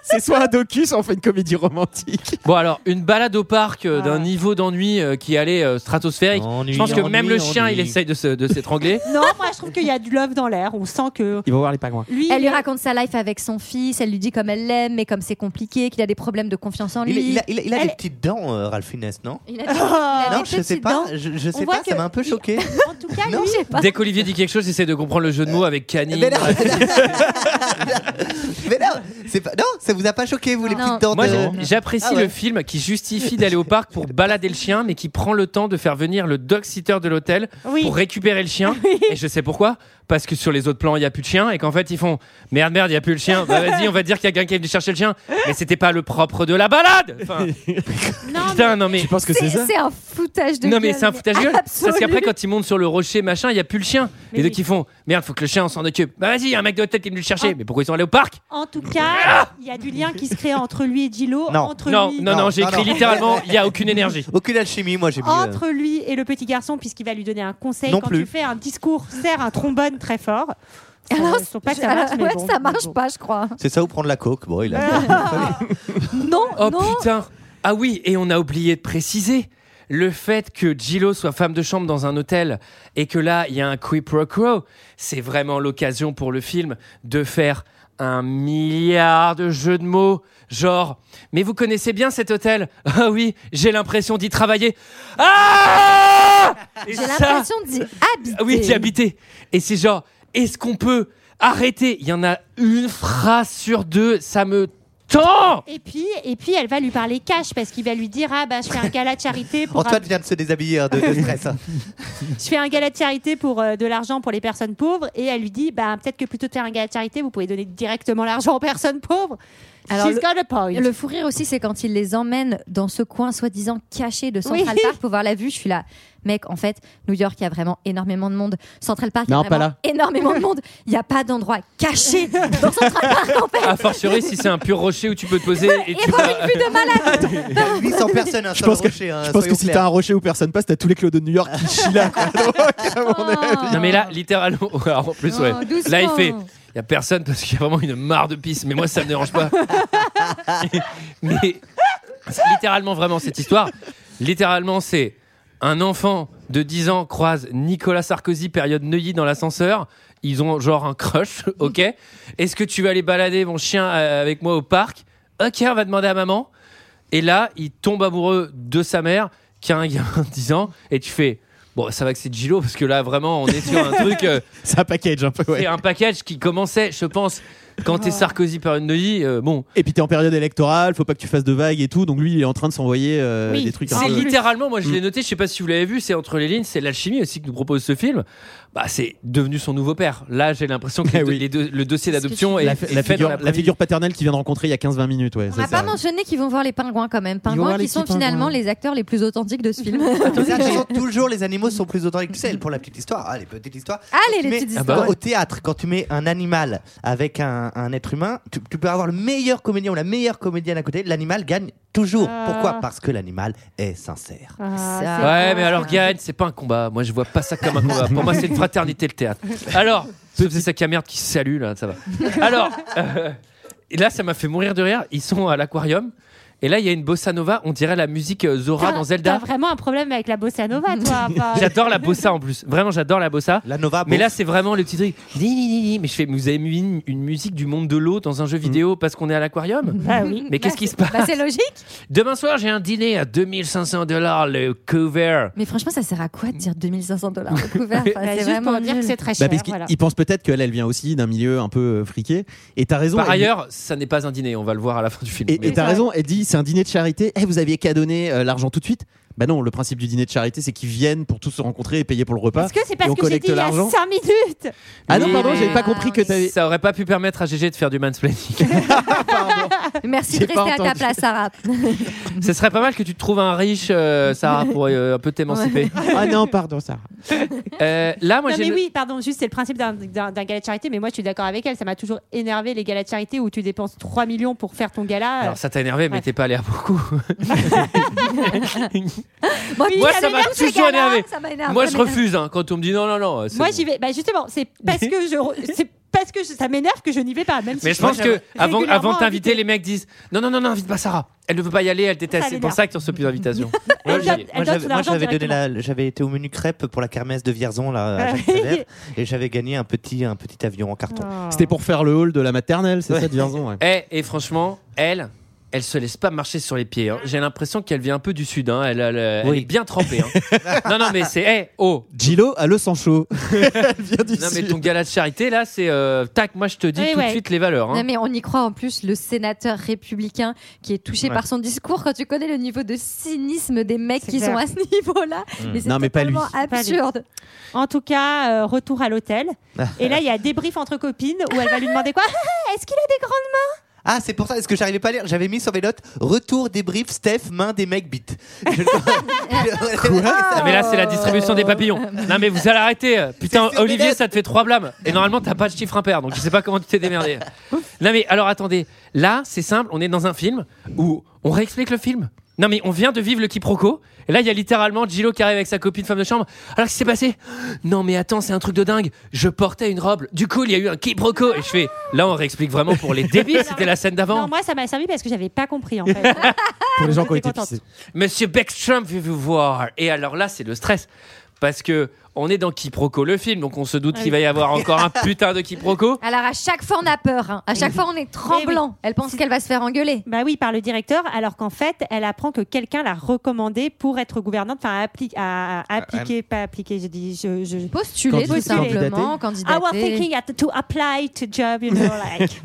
C'est soit un docu, soit on fait une comédie romantique.
Bon alors une balade au parc euh, d'un niveau d'ennui euh, qui allait euh, stratosphérique.
Ennui,
je pense que
ennui,
même le chien
ennui.
il essaye de se- de s'étrangler.
<laughs> Non, moi je trouve qu'il y a du love dans l'air, on sent que
Ils vont voir les pingouins.
lui. euh,
Elle
<laughs>
lui raconte sa life avec son fils, elle lui dit comme elle l'aime, mais comme c'est compliqué, qu'il a des problèmes de confiance en lui.
Il, il a, il a- il a
Elle-
des petites dents, euh, Ralph Fiennes, non
Il a des- il a
Oh.
des
Non, je
petites
sais pas,
dents.
je, je
On
sais
voit
pas, ça
que
m'a un peu
il-
choqué.
En tout cas,
Non,
lui,
je sais pas.
Dès qu'Olivier dit quelque chose, il essaie de comprendre le jeu de mots avec Canine.
<laughs> Mais non, <laughs> mais non, c'est pas- non, ça vous a pas choqué, vous, les
Non.
petites dents
Moi
de-
j'ai- j'apprécie
Ah ouais.
le film qui justifie d'aller au parc pour balader le chien mais qui prend le temps de faire venir le dog sitter de l'hôtel
Oui.
pour récupérer le chien. Et je sais pourquoi parce que sur les autres plans il y a plus de chien et qu'en fait ils font merde merde il y a plus le chien. Bah, vas-y on va dire qu'il y a quelqu'un qui est venu chercher le chien. Mais c'était pas le propre de la balade.
Ah,
Enfin,
non, mais-
putain non mais.
Je pense que c'est ça.
C'est un foutage de
Non
gueule,
mais c'est un foutage de gueule parce
absolu.
qu'après quand ils montent sur le rocher machin, il y a plus le chien
Mais
et donc
oui.
ils font merde, faut que le chien s'en occupe. Bah vas-y, y a un mec de tête qui est venu le chercher. Mais pourquoi ils sont allés au parc
En tout cas, il y a du lien qui se crée entre lui et Gillo,
Non.
entre
Non,
lui.
non, non,
Non,
j'ai
non,
écrit
non.
littéralement, il y a aucune énergie.
<laughs> Aucune alchimie, moi j'ai mis. euh,
Entre lui et le petit garçon, puisqu'il va lui donner un conseil.
Non
Quand
plus.
tu fais un discours, serre un trombone très fort.
Alors,
Faut- faut pas que ça
alors,
marche, mais
Ah ouais,
bon,
ça
mais
marche
bon.
pas, je crois.
euh, C'est ça ou prendre la coke Bon, il a. <laughs>
Non,
Oh
non.
putain Ah oui, et on a oublié de préciser le fait que Gillo soit femme de chambre dans un hôtel et que là, il y a un quid pro quo, c'est vraiment l'occasion pour le film de faire un milliard de jeux de mots, genre « Mais vous connaissez bien cet hôtel <laughs> Ah oui, j'ai l'impression d'y travailler. Ah !» Et
J'ai
ça,
l'impression d'y habiter.
Oui, d'y habiter. Et c'est genre, est-ce qu'on peut arrêter Il y en a une phrase sur deux, ça me tend
Et puis, et puis, elle va lui parler cash parce qu'il va lui dire ah bah je fais un gala de charité pour
Antoine vient de se déshabiller hein, de, de stress. hein.
je fais un gala de charité pour euh, de l'argent pour les personnes pauvres et elle lui dit bah peut-être que plutôt de faire un gala de charité vous pouvez donner directement l'argent aux personnes pauvres.
Alors,
She's
le-
got a point.
Le fou rire aussi, c'est quand il les emmène dans ce coin soi-disant caché de Central
Oui.
Park pour voir la vue. Je suis là, Mec, en fait, New York, il y a vraiment énormément de monde. Central Park, il y a
Non, pas
vraiment
là.
énormément de monde. Il n'y a pas d'endroit caché dans Central Park, en fait.
A fortiori, si c'est un pur rocher où tu peux te poser et, tu
voir
vas-
une vue de malade.
800 personnes,
<laughs>
un
Je
seul
pense que,
rocher. hein,
je pense que
soyons
si
clairs.
t'as un rocher où personne passe, t'as tous les clos de New York qui chient là. quoi. Donc, <laughs> à mon avis-
Non mais là, littéralement, <laughs> alors, en plus,
Oh,
ouais.
doucement.
Là, il fait. Il y a personne parce qu'il y a vraiment une mare de pisse, mais moi ça me dérange pas. mais c'est littéralement vraiment cette histoire, littéralement c'est un enfant de 10 ans croise Nicolas Sarkozy période Neuilly dans l'ascenseur, ils ont genre un crush, <laughs> OK Est-ce que tu vas aller balader mon chien euh, avec moi au parc OK, on va demander à maman. Et là, il tombe amoureux de sa mère, qui a un gamin de 10 ans, et tu fais Bon, ça va que c'est Gilo, parce que là, vraiment, on est sur un truc. euh,
<laughs> C'est un package un peu, ouais.
c'est un package qui commençait, je pense, quand t'es Sarkozy par une Neuilly. euh, bon,
Et puis t'es en période électorale, faut pas que tu fasses de vagues et tout. Donc lui, il est en train de s'envoyer euh,
Oui.
des trucs. un
c'est
peu-
littéralement, moi je
Mm.
l'ai noté, je sais pas si vous l'avez vu, c'est entre les lignes, c'est l'alchimie aussi que nous propose ce film. Bah, c'est devenu son nouveau père. Là, j'ai l'impression
<laughs>
que les
Eh
deux-
oui.
les deux- le dossier
C'est ce que
d'adoption
tu
est,
La,
est
la
fait dans
figure, la
l'après-midi.
figure paternelle qu'il vient de rencontrer il y a 15-20 minutes, ouais.
On
ça,
n'a
c'est
pas
vrai.
mentionné qu'ils vont voir les pingouins quand même.
vont
Pingouins
voir
qui
les
sont
petits
finalement
pingouins.
les acteurs les plus authentiques de ce
<laughs>
film.
Les artisans, toujours, les animaux sont plus authentiques que celles pour la petite histoire. Ah, les petites histoires.
Allez,
Tu
les
mets-
petites
Ah bah
histoires.
ouais.
Au théâtre, quand tu mets un animal avec un, un être humain, tu, tu peux avoir le meilleur comédien ou la meilleure comédienne à côté. L'animal gagne toujours.
Ah.
Pourquoi Parce que l'animal est sincère.
Ça.
Ouais, mais alors Gaël, c'est pas un combat. Moi, je vois pas ça comme un combat. Pour moi, c'est une fraternité, le théâtre. Alors, sauf c'est sa merde qui se salue, là, ça va. Alors, euh, et là, ça m'a fait mourir de rire. Ils sont à l'aquarium. Et là, il y a une bossa nova, on dirait la musique euh, Zora dans
T'as
Zelda.
vraiment un problème avec la bossa nova, toi. enfin.
J'adore la bossa en plus. Vraiment, j'adore la bossa.
La Nova,
Mais
bon,
là, c'est vraiment le petit truc. Ni, ni, ni, ni. Mais je fais, mais vous avez mis une, une musique du monde de l'eau dans un
Mm.
jeu vidéo parce qu'on est à l'aquarium
Ah oui.
Mais qu'est-ce qui se passe
Bah, c'est logique.
Demain soir, j'ai un dîner à 2500 dollars le couvert.
Mais franchement, ça sert à quoi de dire 2500 dollars au couvert Enfin,
Bah,
C'est
juste
vraiment
pour dire
nul.
que c'est très cher.
Bah, parce qu'il
voilà.
il pense peut-être qu'elle, elle vient aussi d'un milieu un peu euh, friqué. Et t'as raison.
Par
elle-
ailleurs, ça n'est pas un dîner, on va le voir à la fin du film.
Et
Mais-
et t'as raison, elle dit c'est un dîner de charité. Eh, vous aviez qu'à donner euh, l'argent tout de suite. Bah non, le principe du dîner de charité, c'est qu'ils viennent pour tous se rencontrer et payer pour le repas.
Parce que c'est
Et
parce
on
que j'ai
collecte
dit il y a
l'argent.
5 minutes.
Ah non,
Oui,
pardon,
mais- euh,
j'avais pas compris que t'avais.
Ça aurait pas pu permettre à GG de faire du
<laughs>
mansplaining.
Merci
J'ai
de
pas
rester à ta
entendu.
place, Sarah.
Ce serait pas mal que tu trouves un riche, euh, Sarah, pour euh, un peu t'émanciper.
Ah non, pardon, Sarah.
Euh, là, moi,
Non,
j'ai.
mais
le-
oui, pardon, juste c'est le principe d'un- d'un d'un gala de charité. Mais moi, je suis d'accord avec elle. Ça m'a toujours énervé les galas de charité où tu dépenses 3 millions pour faire ton gala.
Alors, ça t'a énervé, mais
Bref.
t'es pas allé à beaucoup.
Moi,
Moi, ça
j'avais
m'a
l'air de ces
toujours
gars-là,
énervé.
ça m'a énervé.
Moi, je refuse hein, quand on me dit non, non, non. c'est
Moi,
bon.
j'y vais. Bah, justement, c'est parce que
<laughs>
je. re- C'est parce que je- ça m'énerve que je n'y vais pas. Même si
Mais je pense que avant, avant de
régulièrement
t'inviter,
invitée.
les mecs disent non, non, non, non, invite pas Sarah. Elle ne veut pas y aller, elle déteste.
Ça
C'est
l'énerve.
pour ça que tu reçois plus d'invitations.
<laughs> Elle
Moi, j'y
donne-
vais.
elle
Moi,
donne
j'avais-
son
moi,
argent
j'avais donné
directement.
la- j'avais été au menu crêpe pour la kermesse de Vierzon là, à
Ah oui.
Jacques-Prévert, et j'avais gagné un petit un petit avion en carton.
Ah.
C'était pour faire le hall de la maternelle, c'est ça, Diverson <laughs> ouais.
Eh, et franchement, elle, elle se laisse pas marcher sur les pieds. hein. J'ai l'impression qu'elle vient un peu du sud. hein. Elle, elle, elle
Oui.
est bien trempée.
<laughs>
hein. non, non, mais c'est eh, oh.
Gilo a le sang chaud. <laughs> Elle vient du
Non, mais
sud.
ton gala de charité là, c'est euh, tac. Moi, je te dis
Oui,
tout de
ouais.
suite les valeurs. hein.
Non, mais on y croit en plus le sénateur républicain qui est touché par son discours quand tu connais le niveau de cynisme des mecs
C'est
qui
clair.
sont à ce niveau-là. Mais c'est
Mm. Non, mais pas lui.
totalement
lui.
absurde.
En tout cas, euh, retour
<laughs>
à l'hôtel. Et là, il y a débrief entre copines où elle va lui demander quoi Est-ce qu'il a des grandes mains
Ah, c'est pour ça, est-ce que j'arrivais pas à lire J'avais mis sur mes notes retour débrief Steph main des mecs <laughs> beat.
<laughs> Ah,
Non, Ah, mais là, c'est la distribution des papillons. Non, mais vous allez arrêter. Putain,
C'est sur
Oh. Olivier,
des
ça te fait trois blâmes. Et normalement, t'as pas de chiffre impair, donc je sais pas comment tu t'es démerdé. Non, mais alors attendez. Là, c'est simple. On est dans un film où on réexplique le film. Non, mais on vient de vivre le quiproquo. Et là, il y a littéralement Gillo qui arrive avec sa copine femme de chambre. Alors, qu'est-ce qui s'est passé Non, mais attends, c'est un truc de dingue. Je portais une robe. Du coup, il y a eu un quiproquo. Et je fais, là, on réexplique vraiment pour les <laughs> débiles. C'était la scène
Non,
d'avant.
moi, ça m'a servi parce que j'avais
<laughs>
pas compris en fait.
Pour les gens qui ont été
Ah, J'étais
pissés.
Monsieur Beckstrom veut vous voir. Et alors là, c'est le stress. Parce que on est dans Quiproquo, le film. Donc on se doute
Ah
qu'il va y avoir encore un putain de
<laughs>
Quiproquo.
Alors à chaque fois on a peur, hein. à chaque fois on est tremblant. Elle pense qu'elle va se faire engueuler.
Bah oui, par le directeur, alors qu'en fait, elle apprend que quelqu'un l'a recommandée pour être gouvernante, enfin, à, appli- à-
Euh,
à appliquer, pas appliquer, j'ai dit, je. je...
Postuler tout
Candidater.
simplement,
I was
candidater.
thinking at- to apply to job, you know, like.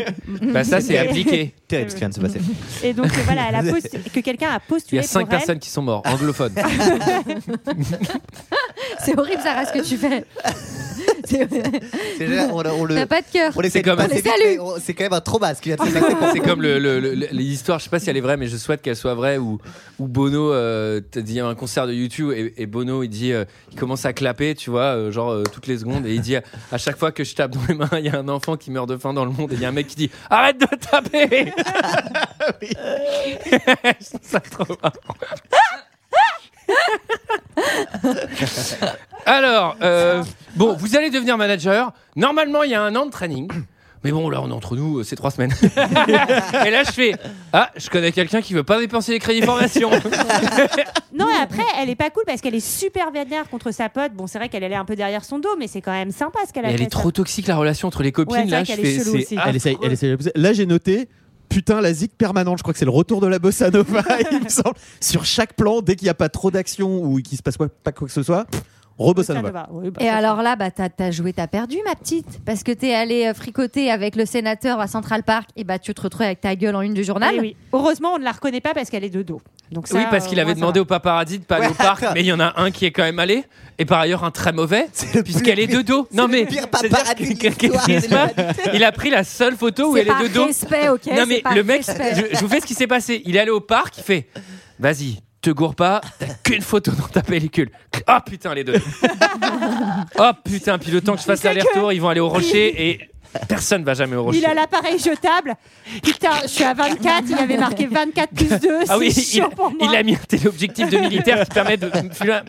Bah ça, c'est appliqué.
Terrible ce qui vient de
<laughs>
se passer.
Et donc, euh, voilà, elle
<laughs>
a postu- que quelqu'un a
Il y
postulé
a cinq
pour elle.
personnes qui
<laughs>
sont mortes, anglophones.
C'est horrible Sarah ce que tu fais.
C'est génial, on, on le-
T'as pas de cœur.
on les fait
comme-
passer
On les
vite,
salue.
mais on- C'est quand même un trauma ce qu'il a fait.
<laughs>
C'est comme le, le- le- les histoires, je sais pas si elle est vraie, mais je souhaite qu'elle soit vraie, où, où Bono, euh, t'as dit il y a un concert de YouTube et, et Bono, il dit, euh, il commence à clapper, tu vois, euh, genre euh, toutes les secondes, et il dit, à, à chaque fois que je tape dans les mains, il y a un enfant qui meurt de faim dans le monde, et il y a un mec qui dit, arrête de taper <laughs> Je trouve ça trop marrant. Alors, euh, bon, vous allez devenir manager. Normalement, il y a un an de training. Mais bon, là, on est entre nous, euh, c'est trois semaines. et là, je fais Ah, je connais quelqu'un qui veut pas dépenser les crédits
<laughs>
formation.
Non, et après, elle est pas cool parce qu'elle est super vénère contre sa pote. Bon, c'est vrai qu'elle est un peu derrière son dos, mais c'est quand même sympa ce qu'elle a
Mais elle
fait.
est trop toxique, la relation entre les
Ouais,
copines.
c'est
là,
vrai
je
qu'elle est
fais.
chelou aussi.
c'est
Elle essaye, elle essaye de la pousser. Là, j'ai noté. Putain, la zik permanente. Je crois que c'est le retour de la bossa nova, <laughs> il me semble. Sur chaque plan, dès qu'il n'y a pas trop d'action ou qu'il se passe quoi- pas quoi que ce soit, re-bossa nova.
Et alors là, bah, t'as as joué, t'as perdu, ma petite. Parce que t'es allé euh, fricoter avec le sénateur à Central Park, et bah, tu te retrouves avec ta gueule en une du journal.
Eh oui. Heureusement, on ne la reconnaît pas parce qu'elle est de dos. Donc ça,
oui, parce qu'il
euh,
avait
moi, ça
demandé au paparazzi de pas aller au parc, mais il y en a un qui est quand même allé, et par ailleurs un très
<laughs>
mauvais, puisqu'elle est de dos. Non mais, c'est-à-dire que- que- qu'est-ce qui se passe il a pris la seule photo où
C'est
elle est
par
de dos.
respect,
<laughs>
ok,
non
c'est
mais
par
le mec,
respect.
je, je vous fais ce qui s'est passé. Il est allé au parc, il fait, vas-y, te gourre pas, t'as qu'une photo dans ta pellicule. Oh putain les deux. oh putain, puis le temps que je fasse l'aller-retour, ils vont aller au rocher et personne va jamais au rocher.
Il a l'appareil jetable. Putain, je suis à 24, il avait marqué 24 plus 2.
Ah oui,
c'est
il,
chiant pour moi.
il a mis un téléobjectif de militaire qui permet
<laughs>
de.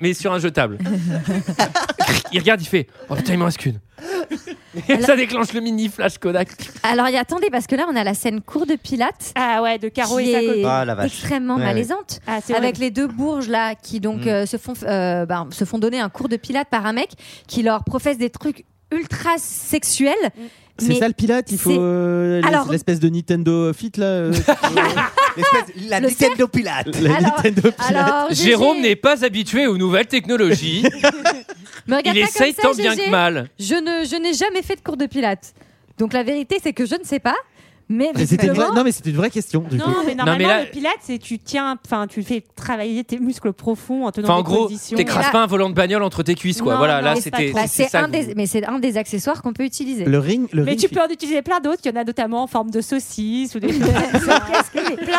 Mais sur un jetable. il regarde, il fait Oh putain, il m'en reste qu'une. Et
Alors- Oh,
ça déclenche le mini flash Kodak.
Alors, y attendez, parce que là, on a la scène cour de Pilates.
Ah ouais, de Caro
qui
et sa
est
copine. Ah, la vache.
extrêmement
Ouais, ouais.
malaisante.
Ah, c'est
avec
horrible.
les deux bourges là, qui donc
Mm.
euh, se, font, euh, bah, se font donner un cours de Pilates par un mec qui leur professe des trucs ultra sexuels.
Mm.
C'est
Mais
ça le pilate Il
c'est-
faut euh, l'es-
Alors-
l'espèce de Nintendo Fit
<laughs>
là. euh,
La Nintendo Pilate.
La Nintendo
euh,
Fit.
<laughs>
<laughs> Alors, Gégé-
Jérôme n'est pas habitué aux nouvelles technologies.
Me regarde
Il
pas
essaye
comme ça,
tant bien
Gégé.
que mal.
Je ne, je n'ai jamais fait de cours de Pilates. Donc la vérité, c'est que je ne sais pas. Mais,
Mais c'était une vraie-
justement-
Non, mais c'était une vraie question. Du
Non,
coup.
mais normalement,
là-
le pilate, c'est tu tiens, enfin, tu fais travailler tes muscles profonds en tenant
Enfin, en
des
gros,
positions.
t'écrases pas un volant de bagnole entre tes cuisses, quoi.
Non,
voilà,
non,
là,
mais
c'était.
Bah,
c'est
c'est
ça
un
que-
des, mais c'est un des accessoires qu'on peut utiliser.
Le ring, le
mais
ring
tu
fit.
peux en utiliser plein d'autres. Il y en a notamment en forme de saucisse ou
<laughs>
<laughs>
des plein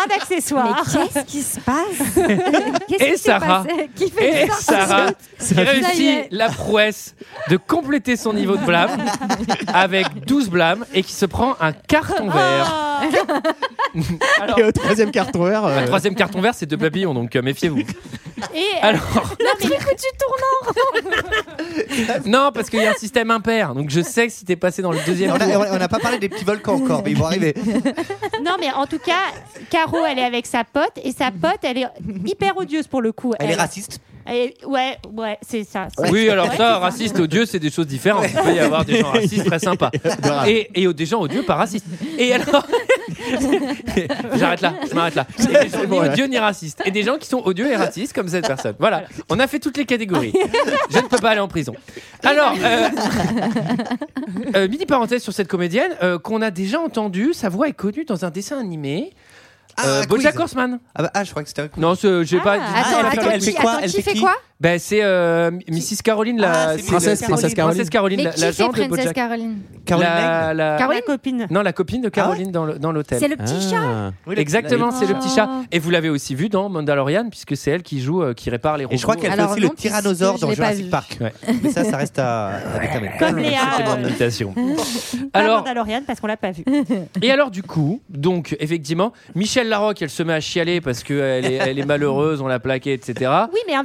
d'accessoires.
Mais qu'est-ce qui se passe <laughs> Qu'est-ce
Et
qui s'est
Sarah.
passé Qui fait <laughs>
Et
une sorte de
Sarah
saute
qui
Ça y
réussit
est.
la prouesse de compléter son niveau de blâme
<laughs>
avec 12 blâmes et qui se prend un carton
Ah.
vert.
Ah
Et au troisième carton vert, euh,
Le troisième carton vert, c'est deux papillons, donc euh,
<laughs>
méfiez-vous.
<laughs> Et euh,
Alors,
Le truc où tu tournes en rond.
non, parce qu'il y a un système impair, donc je sais que si t'es passé dans le
On
deuxième
a-
tour.
on n'a pas parlé des petits volcans encore, mais ils vont arriver.
Non, mais en tout cas, Caro, elle est avec sa pote et sa pote, elle est hyper odieuse pour le coup.
Elle est raciste.
elle- ouais, ouais, c'est ça.
Oui, alors
Ouais,
ça, raciste, odieux, c'est des choses différentes. Il peut y avoir des gens racistes très sympas. Et, et des gens odieux, pas racistes. Et alors. <laughs> J'arrête là, je m'arrête là. Il y a des gens ni odieux ni racistes. Et des gens qui sont odieux et racistes, comme cette personne. Voilà, on a fait toutes les catégories. Je ne peux pas aller en prison. Alors, euh, euh, mini parenthèse sur cette comédienne euh, qu'on a déjà entendue. Sa voix est connue dans un dessin animé.
Ah,
Euh,
un
Bojack
quiz.
Horseman.
Ah, bah, ah, je crois que c'était un
Non, ce- j'ai pas.
Ah,
j'ai pas la
Attends, attends,
faire-
qui- attends, qui fait quoi
ben, c'est euh, Mrs. Caroline, la
Ah, c'est
c'est-
Princesse
c'est-
Princesse
Caroline.
Princesse Caroline,
Mais
la,
qui
la
fait
jambe de
Princesse
Bojack.
Caroline
Caroline
La- la-
Caroline
La copine.
Non, la copine de Caroline dans le- dans l'hôtel.
C'est le petit chat.
Oui, la-
Exactement,
la-
c'est le petit chat.
Oh.
Et vous l'avez aussi vu dans Mandalorian, puisque c'est elle qui joue, euh, qui répare les robots.
Et je crois qu'elle fait
Alors
aussi
non,
le tyrannosaure
puisque je
dans
l'ai pas
Jurassic
vu.
Park.
<laughs>
Ouais.
Mais ça, ça reste à. avec un mec.
Comme Léa.
C'est mon
euh,
<laughs>
imitation.
pas
Ah. <laughs> Alors,
Mandalorian parce qu'on l'a pas vu.
et alors du coup, donc effectivement, Michel Larocque, elle se met à chialer parce qu'elle est, elle est malheureuse, on l'a plaquée, etc.
Ah
Oui, mais invitation.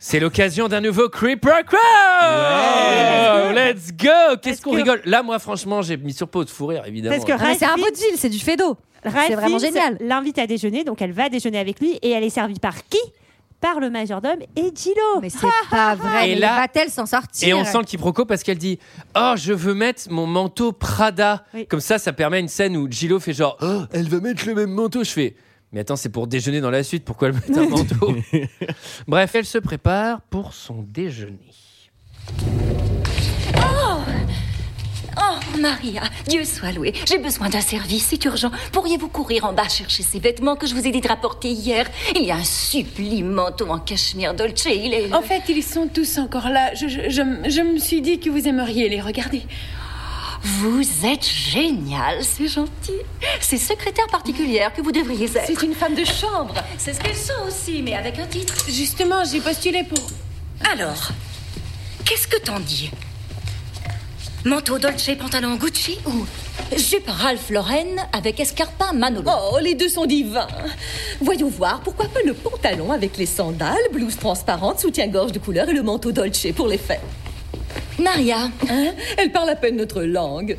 C'est l'occasion d'un nouveau Creeper Crow Let's go Qu'est-ce qu'on
que-
rigole Là, moi, franchement, j'ai mis sur pause, fou rire, évidemment.
Parce que
Ah, mais C'est un
Ralphie-
beau deal, c'est du fédo.
Ralphie
C'est vraiment génial.
L'invite à déjeuner, donc elle va déjeuner avec lui et elle est servie par qui Par le majordome et Gillo.
Mais c'est
Ah,
pas vrai.
Et
mais
là-
va-t-elle s'en sortir
Et on sent le quiproquo parce qu'elle dit Oh, je veux mettre mon manteau Prada.
Oui.
Comme ça, ça permet une scène où Gillo fait genre Oh, elle veut mettre le même manteau. Je fais Mais attends, c'est pour déjeuner dans la suite, pourquoi elle met un manteau Bref, elle se prépare pour son déjeuner.
Oh, Maria, Dieu soit loué, j'ai besoin d'un service, c'est urgent. Pourriez-vous courir en bas chercher ces vêtements que je vous ai dit de rapporter hier Il y a un sublime manteau en cachemire Dolce, il est...
En fait, ils sont tous encore là. Je, je- je m- je me suis dit que vous aimeriez les regarder.
Vous êtes génial, c'est gentil. C'est secrétaire particulière que vous devriez être. C'est une femme de chambre, c'est ce qu'elles sont aussi, mais avec un titre.
Justement, j'ai postulé pour...
Alors, qu'est-ce que t'en dis Manteau Dolce, pantalon Gucci ou jupe Ralph Lauren avec escarpin Manolo
Oh, les deux sont divins. Voyons voir, pourquoi pas le pantalon avec les sandales, blouse transparente, soutien-gorge de couleur et le manteau Dolce pour les fêtes. <laughs>
Maria.
Elle parle à peine notre langue.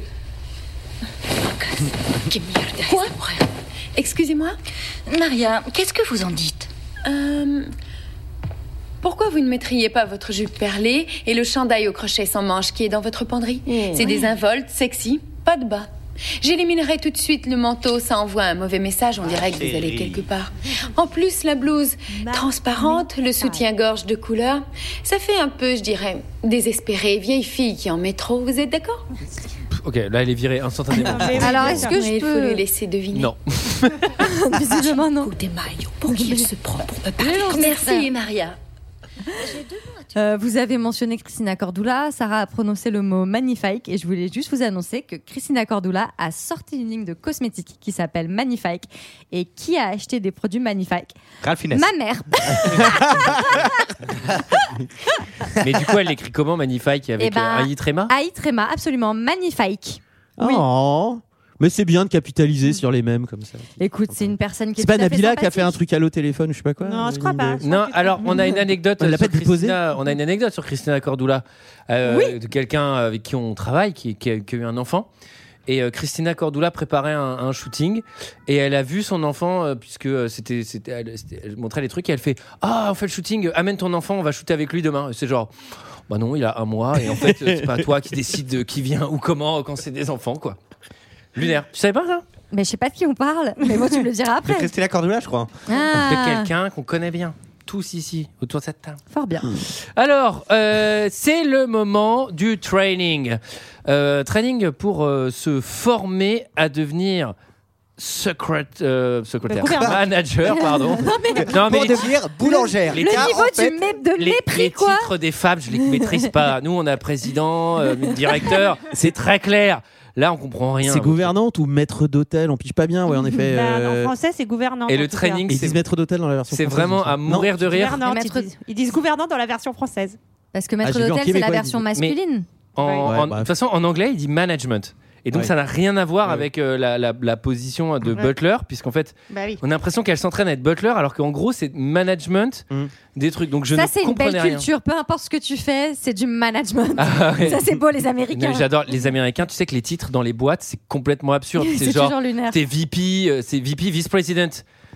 Quoi
Excusez-moi
Maria, qu'est-ce que vous en dites
Euh, Pourquoi vous ne mettriez pas votre jupe perlée et le chandail au crochet sans manches qui est dans votre penderie C'est
Eh oui.
désinvolte, sexy, pas de bas. J'éliminerai tout de suite le manteau, ça envoie un mauvais message, on dirait que vous allez
Ah, chérie.
quelque part. En plus, la blouse transparente, le soutien-gorge de couleur, ça fait un peu, je dirais, désespérée, vieille fille qui en met trop, vous êtes d'accord
Ok, là, elle est virée <laughs> instantanément.
Alors, est-ce que
Mais
je
Il faut
Euh.
peux...
lui laisser deviner.
Non.
<laughs> Visiblement, non.
pour qu'il se prend pour me parler
non,
comme
c'est
ça.
ça.
Maria.
Euh, vous avez mentionné Christina Cordula, Sarah a prononcé le mot magnifique et je voulais juste vous annoncer que Christina Cordula a sorti une ligne de cosmétiques qui s'appelle Magnifique et qui a acheté des produits magnifiques.
Ralph Fiennes.
Ma mère.
Mais du coup, elle l'écrit comment, Magnifique
Eh
Avec
ben,
euh, un i tréma
Aïe Tréma, absolument magnifique.
Oh. Mais c'est bien de capitaliser sur les mêmes comme ça.
Écoute, c'est une personne qui est
C'est pas
tout à fait
Nabila qui a fait un
sympathique.
truc à l'eau téléphone, je sais pas quoi.
Non, je
euh,
crois
une
pas.
de-
Non, alors on a une anecdote
On l'a
sur
pas déposé
Christina, on a une anecdote sur Christina Cordula, euh, de quelqu'un avec qui on travaille, qui, qui a, qui a eu un enfant. Et euh, Christina Cordula préparait un, un shooting et elle a vu son enfant euh, puisque euh, c'était, c'était, elle, c'était- elle montrait les trucs et elle fait ah on fait le shooting, euh, amène ton enfant, on va shooter avec lui demain. Et C'est genre bah non, il a un mois et
<laughs>
en fait euh, c'est pas toi qui décide de qui vient ou comment euh, quand c'est des enfants quoi. Lunaire, tu savais pas ça
Mais je sais pas de qui on parle, mais bon, tu me le
<laughs>
diras
De
après.
Christina Cordula, je crois.
Ah.
De quelqu'un qu'on connaît bien, tous ici autour de cette table. <laughs>
Fort bien.
Alors, euh, c'est le moment du training. Euh, training pour euh, se former à devenir secret, euh, secrétaire,
Gouverneur.
manager,
<laughs>
<laughs>
pardon.
Non, mais- Pour devenir boulangère. Le
car,
niveau
en
du mé- de
les-
mépris,
les
quoi.
titres des femmes, je les maîtrise
<laughs>
pas. Nous, on a président, euh, directeur, c'est très clair. Là, on comprend rien.
C'est gouvernante ou maître d'hôtel On pige pas bien, ouais, en effet.
Bah,
euh,
En français, c'est gouvernant.
et le training,
Ils disent
c'est
maître d'hôtel dans la version
c'est
française,
vraiment
il me
à
semble.
mourir de rire.
Gouvernante, ils, disent, ils disent gouvernant dans la version française.
Parce que
Ah,
maître
j'ai vu en
d'hôtel, c'est la
québécois,
version
ils disent- Mais-
masculine.
En-
Ouais.
en- de toute façon, en anglais, il dit management. Et donc,
Ouais.
ça n'a rien à voir avec euh, la, la- la position de
Ouais.
Butler, puisqu'en fait,
Bah oui.
on a l'impression qu'elle s'entraîne à être Butler, alors qu'en gros, c'est management
Mm.
des trucs. Donc, je
ça,
ne
c'est une belle
comprenais rien.
culture. Peu importe ce que tu fais, c'est du management.
<laughs> Ah ouais. <laughs>
Ça, c'est beau, les Américains.
Mais J'adore les Américains. Tu sais que les titres dans les boîtes, c'est complètement absurde.
<laughs> C'est
C'est genre,
toujours lunaire.
t'es VP, euh, c'est VP, vice-president.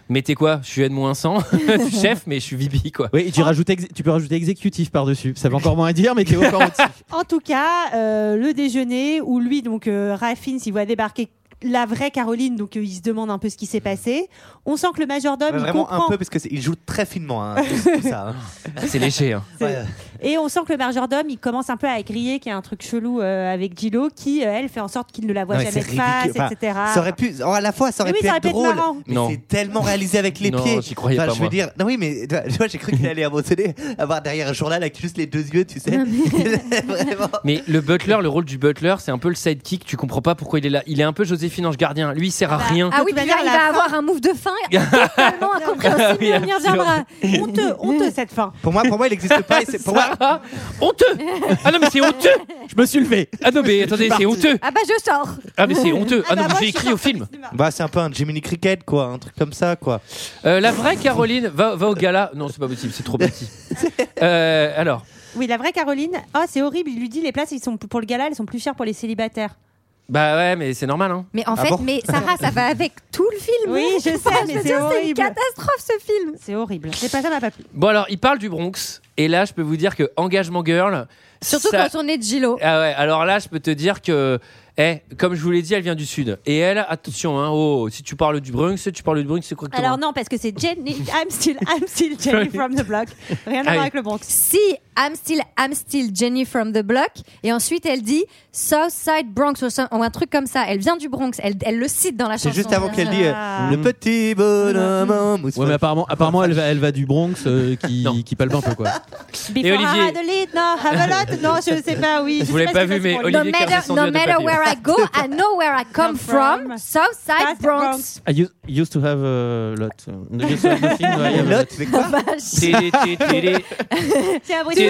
Mais t'es quoi Je suis N-100, chef, mais <laughs> je suis VP, quoi.
Oui, et
Ah.
tu, rajoutes ex- tu peux rajouter exécutif par-dessus. Ça veut encore moins dire, mais t'es
<laughs>
encore au-dessus.
En tout cas, euh, le déjeuner où lui, donc euh, Raffin, s'il voit débarquer la vraie Caroline, donc euh, il se demande un peu ce qui s'est passé. On sent que le majordome il
Vraiment
comprend.
un peu, parce qu'il joue très finement, hein, tout, tout ça. hein.
C'est léger. hein.
Et on sent que le majordome, il commence un peu à griller qu'il y a un truc chelou euh, avec Gillo qui, euh, elle, fait en sorte qu'il ne la voit
Non, mais
jamais de
c'est ridicule.
face,
Enfin,
etc.
Ça aurait pu, oh, à la fois, ça aurait
Ah. Mais oui,
pu
ça
être
aurait pu être
drôle,
marrant.
mais
Non.
c'est tellement réalisé avec
<laughs>
les
Non,
pieds.
j'y croyais
Enfin,
pas,
Je
moi.
veux dire, non, oui, mais tu vois, j'ai cru qu'il allait à un moment donné avoir derrière un journal avec juste les deux yeux, tu sais. <laughs>
Mais le butler, le rôle du butler, c'est un peu le sidekick. Tu comprends pas pourquoi il est là. Il est un peu Joséphine Ange Gardien. Lui, il sert à rien.
Ah oui, puis là, il va avoir un move de
<laughs>
fin totalement
Ah
incompréhensible.
oui,
on y reviendra.
Honteux,
<laughs>
honteux cette fin.
Pour moi, pour moi, il n'existe pas. et c'est-
<laughs>
pour moi,
Ah, honteux Ah non, mais c'est honteux
Je me suis levé.
Ah non, mais attendez, c'est honteux
Ah bah, je sors.
Ah, mais c'est honteux Ah non, mais j'ai écrit au film
bah, c'est un peu un Jiminy Cricket, quoi, un truc comme ça, quoi.
Euh, La vraie Caroline va, va au gala. Non, c'est pas possible, c'est trop
<laughs>
petit. Euh, alors,
Oui, la vraie Caroline, oh, c'est horrible, il lui dit les places ils sont pour le gala, elles sont plus chères pour les célibataires.
bah ouais, mais c'est normal, hein
Mais en fait, mais Sarah, ça va avec tout le film.
Oui, je sais,
<laughs> Enfin,
mais
veux
c'est
dire, une
horrible.
catastrophe ce film.
C'est horrible. C'est pas ça m'a pas plu.
Bon, alors, il parle du Bronx. Et là, je peux vous dire que Engagement Girl.
Surtout
ça-
quand on est de Gilo.
Ah ouais, alors là, je peux te dire que, eh, comme je vous l'ai dit, elle vient du Sud. Et elle, attention, hein, oh, si tu parles du Bronx, tu parles du Bronx, c'est quoi que
Alors non, parce que c'est Jenny, I'm still, I'm still Jenny from the block. Rien à
Ah oui.
voir avec le Bronx.
Si I'm still, I'm still Jenny from the block. Et ensuite, elle dit Southside Bronx ou so- ou un truc comme ça. Elle vient du Bronx. Elle, elle le cite dans la chanson.
C'est juste avant qu'elle dise
Ah.
euh, le petit bonhomme en mousse.
Ouais, mais apparemment, apparemment elle, va, elle va du Bronx
<laughs>
euh, qui, qui palpe un peu quoi.
Before
Olivier-
I had a lead, no, have a lot, non, je sais pas, oui.
Je
sais
voulais
ce
pas
que
vu,
ça
mais
se
Olivier
no
qui a
matter,
fait son
no
nœud de
matter
papillon.
where I
<laughs>
go, I know where I come from. Southside Bronx.
<laughs> I used, used to have a
<laughs>
lot. I used to have nothing, but I have a
Lot,
lot.
c'est quoi
Vache.
Télé, télé, télé.
C'est un bruit de-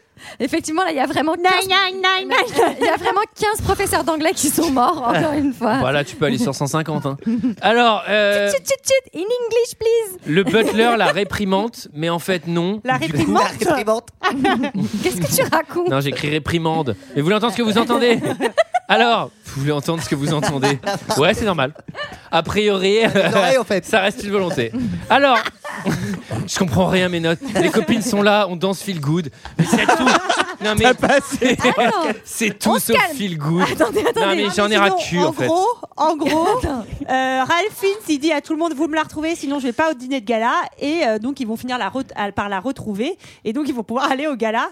Effectivement, là, il y a vraiment 15... <laughs> Il y a vraiment 15 professeurs d'anglais qui sont morts, encore une fois.
Voilà, tu peux aller
<laughs>
sur 150. hein. Alors, euh,
Chut, chut, chut, in English, please.
le butler la réprimante, mais en fait, non.
La réprimante. Qu'est-ce que tu racontes
Non, j'écris réprimande. Mais vous voulez entendre ce que vous entendez Alors, vous voulez entendre ce que vous entendez Ouais, c'est normal. A priori, euh, ça reste une volonté. Alors, je comprends rien à mes notes. Les copines sont là, on danse feel good. Mais c'est tout. Non mais c'est- c'est tout
Ah On se
sauf
calme.
feel good. Non mais j'en ai
Ah, sinon,
ras le cul en, fait.
gros, en gros, euh, Ralph Fiennes, il dit à tout le monde, vous me la retrouvez, sinon je vais pas au dîner de gala. Et euh, donc, ils vont finir la re- à- par la retrouver. Et donc, ils vont pouvoir aller au gala.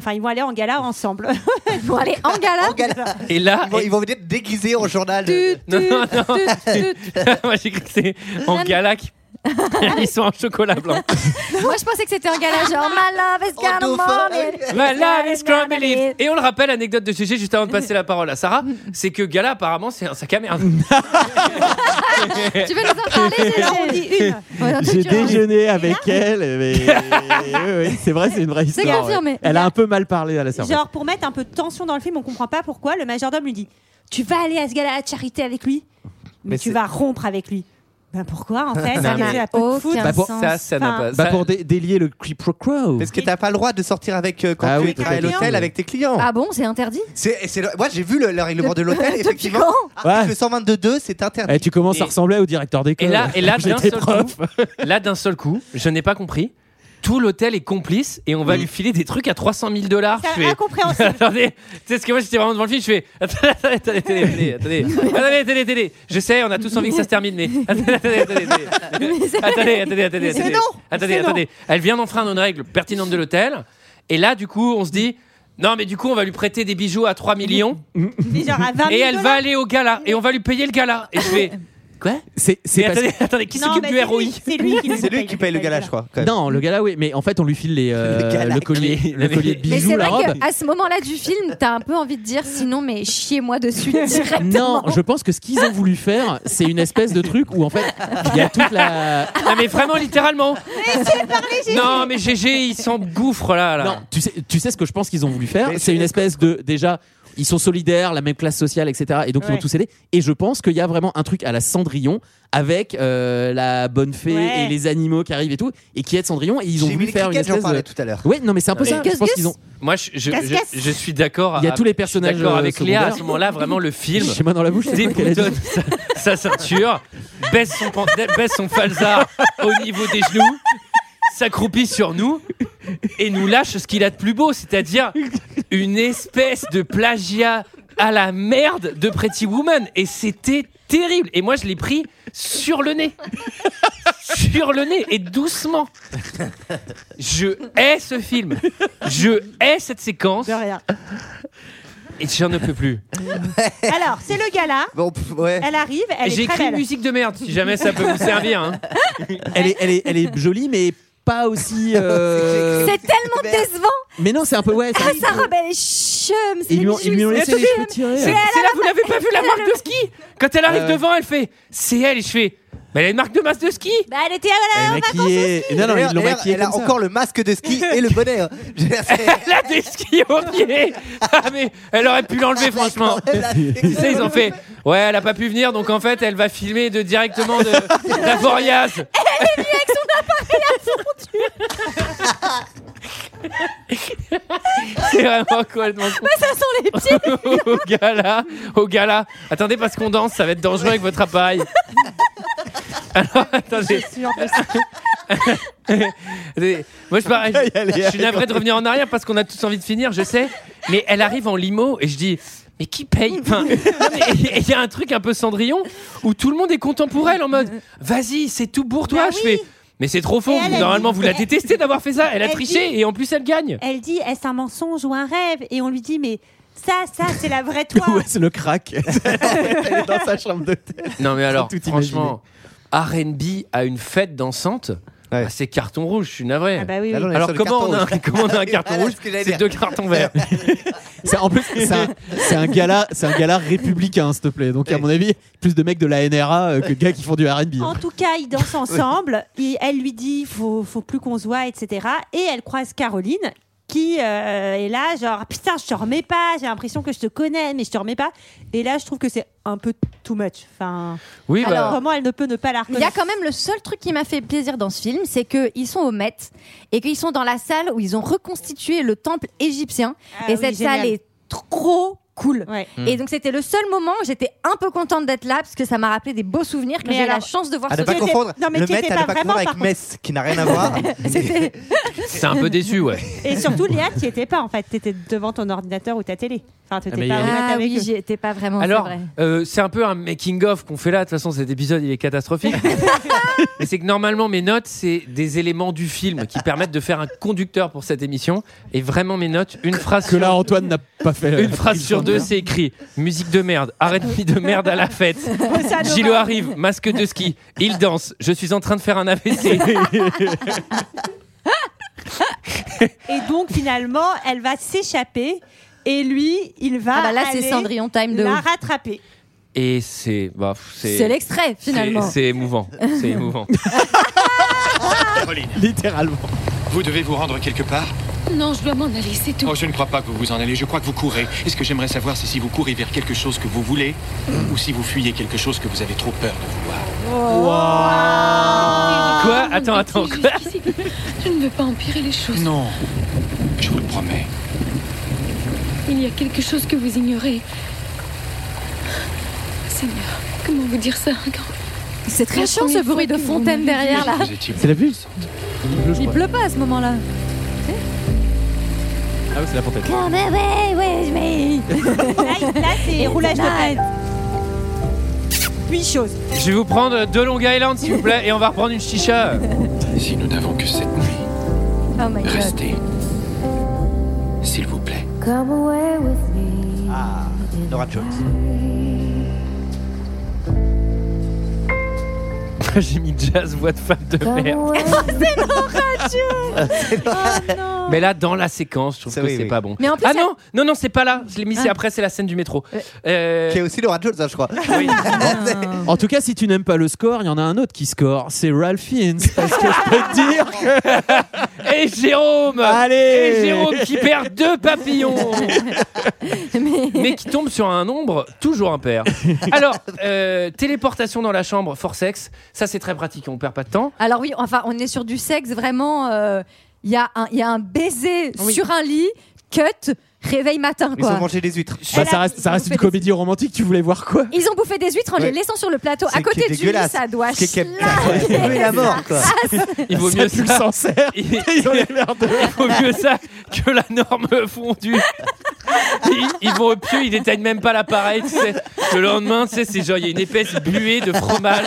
Enfin, ils vont aller en gala ensemble. ils
vont aller en gala.
Et là,
ils vont, ils vont venir déguisés au journal.
Non, non, non. <laughs> Moi j'ai cru que c'était en galac. Ils sont en chocolat blanc.
Moi, je pensais que c'était un gala genre My love is gonna morning.
My love is crumbly. Et on le rappelle, anecdote de GG juste avant de passer la parole à Sarah, c'est que Gala apparemment c'est un sac à merde.
Tu veux nous en
<laughs>
parler Gégé On dit une. Ouais, un truc, hein.
J'ai
tu vois.
déjeuné avec elle, mais oui, oui, c'est vrai, c'est une vraie
C'est
histoire. ouais.
confirmé.
Elle a un peu mal parlé à la serveuse.
Genre, pour mettre un peu de tension dans le film, on comprend pas pourquoi, le majordome lui dit Tu vas aller à ce gala de charité avec lui, mais,
Mais
tu
c'est-
vas rompre avec lui. Ben pourquoi en fait
Non,
Ça
mais-
faisait un peu de foot.
Bah, pour-
Enfin,
Bah, pour dé- délier le creepro-crow.
Parce que t'as pas le droit de sortir avec euh, quand
Ah
tu
oui,
es à
peut-être.
l'hôtel avec tes clients.
Ah bon, c'est interdit
C'est, et c'est le- moi j'ai vu le, le règlement de
<laughs>
l'hôtel
Depuis
effectivement.
quand
Article 122 c'est interdit.
Eh, tu commences à ressembler au directeur
Et
d'école.
là, et
<laughs>
là d'un
J'étais
seul
prof.
coup, là d'un seul coup, je n'ai pas compris. Tout l'hôtel est complice et on
Mm.
va lui filer des trucs à 300 000 dollars.
C'est
<laughs>
incompréhensible.
Attendez, tu sais ce que moi j'étais vraiment devant le film, je fais <laughs> attendez, attendez, attendez, attendez,
<laughs>
attendez, attendez, attendez, attendez. Je sais, on a tous envie que ça se termine, mais <laughs> attendez, attendez, attendez, attendez, attendez, attendez, attendez,
Mais c'est
attendez,
non,
attendez,
c'est non.
attendez. Elle vient d'enfreindre une règle pertinente de l'hôtel et là du coup on se dit non mais du coup on va lui prêter des bijoux à 3 millions
mais genre à 20 000
et elle va
dollars.
aller au gala et on va lui payer le gala et je fais quoi
C'est
Mais
parce-
attendez, attendez, qui
Non,
s'occupe
mais
du
c'est
ROI
lui- C'est lui qui nous paye.
paye le gala, je crois.
Non, le gala, oui, mais en fait, on lui file les, euh,
Le gala.
le collier, le collier de
Mais
bijoux,
c'est
la
vrai
robe.
qu'à ce moment-là du film, t'as un peu envie de dire sinon, mais
<laughs>
chiez-moi dessus directement.
Non, je pense que ce qu'ils ont voulu faire, c'est une espèce de truc où en fait, il y a toute la.
Non mais vraiment
<laughs>
littéralement.
Laissez parler, Gégé.
Non mais GG il s'engouffre là là.
Non, tu sais, tu sais ce que je pense qu'ils ont voulu faire, c'est une espèce de déjà. Ils sont solidaires, la même classe sociale, etc. Et donc ils
Ouais.
vont tous aider. Et je pense qu'il y a vraiment un truc à la Cendrillon avec euh, la bonne fée
Ouais.
et les animaux qui arrivent et tout, et qui aident Cendrillon. Et ils ont
J'ai
voulu
mis les
faire une
crickets, j'en
espèce.
parlais
de...
tout à l'heure.
Oui, non, mais c'est un peu
Non,
ça.
mais
Je pense qu'ils ont.
Moi je, je,
Casse,
je-
casse.
je suis d'accord.
Il y a
à-
tous les
je suis
personnages,
D'accord
euh,
avec Léa à ce
secondaires.
moment-là vraiment le film.
<laughs> J'ai mal dans la bouche, c'est quoi qu'elle a dit
déboutonne sa, <laughs> sa ceinture, baisse son pan- baisse son falzar au niveau des genoux, s'accroupit sur nous et nous lâche ce qu'il a de plus beau, c'est-à-dire une espèce de plagiat à la merde de Pretty Woman et c'était terrible et moi je l'ai pris sur le nez sur le nez et doucement je hais ce film je hais cette séquence
De rien.
et j'en ne peux plus
Alors, c'est le gala.
Bon, pff, ouais.
Elle arrive, elle
j'ai
est très
écrit
belle.
musique de merde si jamais ça peut vous servir hein.
Elle est, elle est, elle est jolie, mais pas
<laughs>
aussi. euh,
C'est tellement décevant.
Mais non, c'est un peu ouais.
Ah,
ça-
sa robe, elle est chum. c'est
Ils lui ont,
bijoux,
ils lui ont
c'est
laissé les
chum.
cheveux tirés.
C'est
C'est
elle,
là, vous n'avez pas vu la
elle a
marque
le-
de ski Quand elle arrive
Euh.
devant, elle fait C'est elle, et je fais Mais elle a une marque de masse de ski <laughs>
Bah, elle était à la-
maquillée. Non, non,
D'ailleurs,
ils l'ont
d'ailleurs,
maquillée
elle a
comme ça.
encore le masque de ski et le
<laughs>
bonnet. hein. Je- c'est-
Elle a des skis au pied <laughs> Ah, mais elle aurait pu l'enlever, franchement
elle a-
Tu sais, ils ont fait Ouais, elle a pas pu venir, donc en fait, elle va filmer de, directement de d'Avoriaz <laughs> C'est vraiment complètement con.
Ça sent les pieds.
<laughs> au gala, au gala. Attendez, parce qu'on danse, ça va être dangereux avec votre
<laughs>
appareil. Alors, attendez. <laughs> Attendez, Moi, je, pareil,
Allez, allez,
je suis
allez,
navré de revenir en arrière parce qu'on a tous envie de finir, je sais. Mais elle arrive en limo et je dis. Mais qui paye
<laughs>
Enfin, non, mais Il y a un truc un peu Cendrillon où tout le monde est content pour elle en mode vas-y, c'est tout pour toi.
Bah
je
oui.
fais Mais c'est trop faux.
Et elle, elle
Normalement,
dit-
vous la
elle-
détestez d'avoir fait ça. Elle a
elle
triché
dit-
et en plus, elle gagne.
Elle dit est-ce un mensonge ou un rêve Et on lui dit mais ça, ça, c'est
<laughs>
la vraie toi.
Ouais, c'est le crack. Elle est dans sa chambre d'hôtel.
Non,
<laughs>
mais alors,
tout
franchement, RB à une fête dansante. ah, c'est carton rouge, je suis navré.
Ah bah oui, oui. Là, on est
Alors
sur le
comment
carton
on, a un,
rouge.
comment on
<laughs>
Ah,
a un
Voilà
carton
ce
rouge
que j'allais
C'est
dire.
deux cartons
<laughs>
verts.
C'est- en plus, c'est un, c'est un gala, c'est un gala républicain, s'il te plaît. Donc, à mon avis, plus de mecs de la NRA euh, que de gars qui font du R&B.
En tout cas, ils dansent ensemble. Et elle lui dit faut, faut plus qu'on se voit, etc. Et elle croise Caroline qui euh, est là, genre putain, je te remets pas. J'ai l'impression que je te connais, mais je te remets pas. Et là, je trouve que c'est un peu too much. Enfin,
Oui, bah-
alors vraiment, elle ne peut ne pas la
Il y a
reconnaître.
quand même le seul truc qui m'a fait plaisir dans ce film, c'est qu'ils sont au Met et qu'ils sont dans la salle où ils ont reconstitué le temple égyptien.
Ah
et
oui,
cette
génial.
salle est trop cool.
Hmm.
Mm.
Et donc c'était le seul moment où j'étais un peu contente d'être là parce que ça m'a rappelé des beaux souvenirs que
Mais
j'ai la
alors-
chance de voir.
À
Ah,
ne
ce
pas
film.
confondre le Met, à ne pas confondre avec Metz, qui n'a rien
<laughs>
à voir.
C'était-
C'est un peu déçu,
<laughs>
ouais.
Et surtout, Léa, tu étais pas en fait. Tu étais devant ton ordinateur ou ta télé. Enfin, t'étais
Ah, mais
pas
il y a-
honnête
Ah
avec
oui,
eux.
j'y étais pas vraiment. c'est
Alors,
vrai.
euh, c'est un peu un making-of qu'on fait là. De toute façon, cet épisode, il est
<laughs>
catastrophique. Mais c'est que normalement, mes notes, c'est des éléments du film qui permettent de faire un conducteur pour cette émission. Et vraiment, mes notes, une phrase
que là, Antoine n'a pas fait.
<laughs>
euh,
Une phrase sur deux, c'est écrit musique de merde, arrête de merde à la fête.
Bossa nova.
Gilo arrive, masque de ski, il danse, je suis en train de faire un
<laughs>
AVC.
Et donc finalement, elle va s'échapper et lui, il va
Ah bah là, c'est
aller
Cendrillon time de
la
ouf.
rattraper.
Et c'est. bah,
C'est l'extrait,
c'est-
finalement.
C'est émouvant.
<laughs>
C'est émouvant.
Littéralement.
Vous devez vous rendre quelque part
Non, je dois m'en aller, c'est tout.
Oh, je ne crois pas que vous vous en allez. Je crois que vous courez. Et ce que j'aimerais savoir, c'est si vous courez vers quelque chose que vous voulez ou si vous fuyez quelque chose que vous avez trop peur de vouloir.
Quoi Attends, attends,
<laughs>
quoi
Je Ah, ne veux pas empirer les choses.
Non, je vous le promets.
Il y a quelque chose que vous ignorez. Seigneur, comment vous dire ça quand-
C'est très
La
chiant ce
première
bruit
fois
de
que
fontaine
vous
derrière là.
m'avez dit-
C'est la pulse
Il pleut pas à ce moment-là.
Ah oui, c'est la fontaine.
Come away with me.
Là, c'est roulage de tête. Huit choses.
Je vais vous prendre deux Long Island, s'il vous plaît, et on va reprendre une
<laughs>
chicha.
Si nous n'avons que cette nuit,
Oh my god.
restez. S'il vous plaît.
Come away with me.
Ah, Nora Jones.
J'ai mis jazz, voix de femme de merde.
c'est l'orageux. Ah.
Mais là, dans la séquence, je trouve que
oui,
c'est
oui.
pas bon.
Mais en plus,
ah
elle-
non, non, non, c'est pas là. Je l'ai mis, c'est
Ah.
après, c'est la scène du métro. Euh,
Qui est aussi Nora Jones, hein, je crois.
<laughs> En tout cas, si tu n'aimes pas le score, il y en a un autre qui score. C'est Ralph Fiennes. Parce que je peux te dire que.
Et Jérôme
Allez
Et Jérôme qui perd deux papillons
Mais...
qui tombe sur un nombre toujours impair. Alors, euh, téléportation dans la chambre, forcex, ça c'est très pratique, on perd pas de temps.
Alors oui, enfin, on est sur du sexe vraiment. euh, Il y a un, il y a un baiser sur un lit, cut, réveil matin
Ils ont
quoi.
mangé
des huîtres.
Bah, ça reste, ça reste une comédie romantique, tu voulais voir quoi
Ils ont bouffé des huîtres en les
Ouais.
laissant sur le plateau
C'est
à
qui
côté
est
du lit,
dégueulasse.
ça doit.
C'est qui est- <laughs>
chlaquer.
C'est qui est la mort,
<laughs>
quoi.
Il vaut
Ça
mieux
pue le
ça.
Sancerre.
Il,
<laughs>
il vaut mieux ça que la norme fondue. Ils, ils vont au pieu, ils détaillent même pas l'appareil. tu sais. Le lendemain, tu sais, c'est genre il y a une épaisse buée de fromage.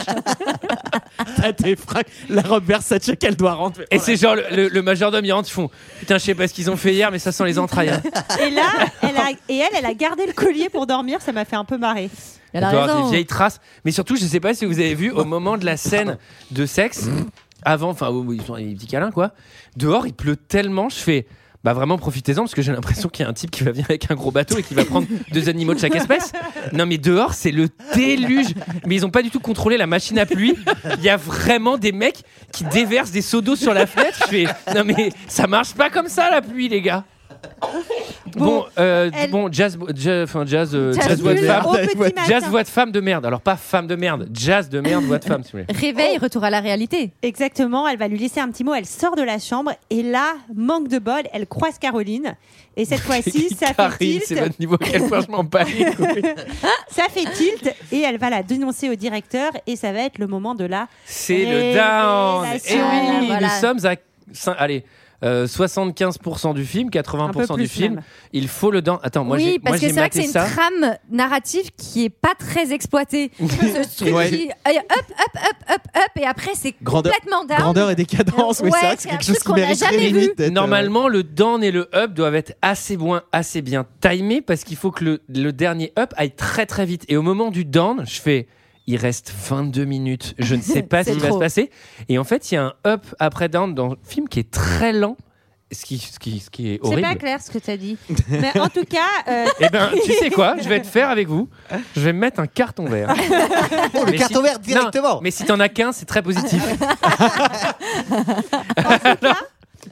T'as tes fringues, la robe Versace qu'elle doit rentrer.
Et c'est genre le, le, le majordome, il rentre, ils font Putain, je sais pas ce qu'ils ont fait hier, mais ça sent les entrailles. hein.
Et là, elle a, et elle, elle a gardé le collier pour dormir. Ça m'a fait un peu marrer.
Il doit y avoir des vieilles traces. Mais surtout, je sais pas si vous avez vu au moment de la scène de sexe, avant, enfin, où ils sont les petits câlins, quoi. Dehors, il pleut tellement, je fais. Bah vraiment profitez-en parce que j'ai l'impression qu'il y a un type qui va venir avec un gros bateau et qui va prendre deux animaux de chaque espèce. Non mais dehors c'est le déluge. Mais ils ont pas du tout contrôlé la machine à pluie. Il y a vraiment des mecs qui déversent des seaux d'eau sur la fenêtre. Je fais non mais ça marche pas comme ça la pluie les gars. Bon, euh, bon jazz, jazz, enfin, jazz, euh,
Jazz
jazz voix de
nul
femme,
au petit matin.
jazz voix de femme de merde. Alors pas femme de merde, jazz de merde, voix de femme,
<laughs>
s'il vous plaît.
Réveil, retour à la réalité.
Exactement, elle va lui laisser un petit mot, elle sort de la chambre et là, manque de bol, elle croise Caroline
<laughs>
et cette fois-ci, ça fait
Paris,
tilt.
c'est votre niveau. À quel point je m'en bats les couilles.
Ça fait tilt et elle va la dénoncer au directeur et ça va être le moment de la
C'est le down. Et
révélation.
oui,
Voilà.
nous sommes à. cin- Allez. euh, 75% du film, 80%
plus
du film.
même.
Il faut le dent. Attends, moi j'ai
oui,
moi,
parce que
j'ai
c'est vrai que
maté
c'est une
ça.
trame narrative qui est pas
<laughs>
très exploitée. Ce truc
Ouais.
qui- allez, hop, hop, hop, hop, hop, et après c'est
Grandeur-
complètement down.
grandeur et décadence, oui,
Ouais,
c'est vrai que c'est
c'est
quelque
un
chose
truc
qui
qu'on a
mériterait
jamais vu.
limite d'être, euh,
Normalement, le down et le up doivent être assez bien, assez bien timés parce qu'il faut que le, le dernier up aille très très vite. Et au moment du down, je fais. Il reste 22 minutes. Je ne sais pas ce
C'est
qui va se
trop.
passer. Et en fait, il y a un up après down dans le film qui est très lent, ce qui, ce qui, ce qui est
C'est
horrible.
pas clair ce que tu as dit. Mais en tout cas. euh,
Eh ben, tu sais quoi Je vais te faire avec vous. Je vais me mettre un carton vert.
Oh, le
Mais
carton
si-
vert
Non,
directement.
mais si t'en as qu'un, c'est très positif.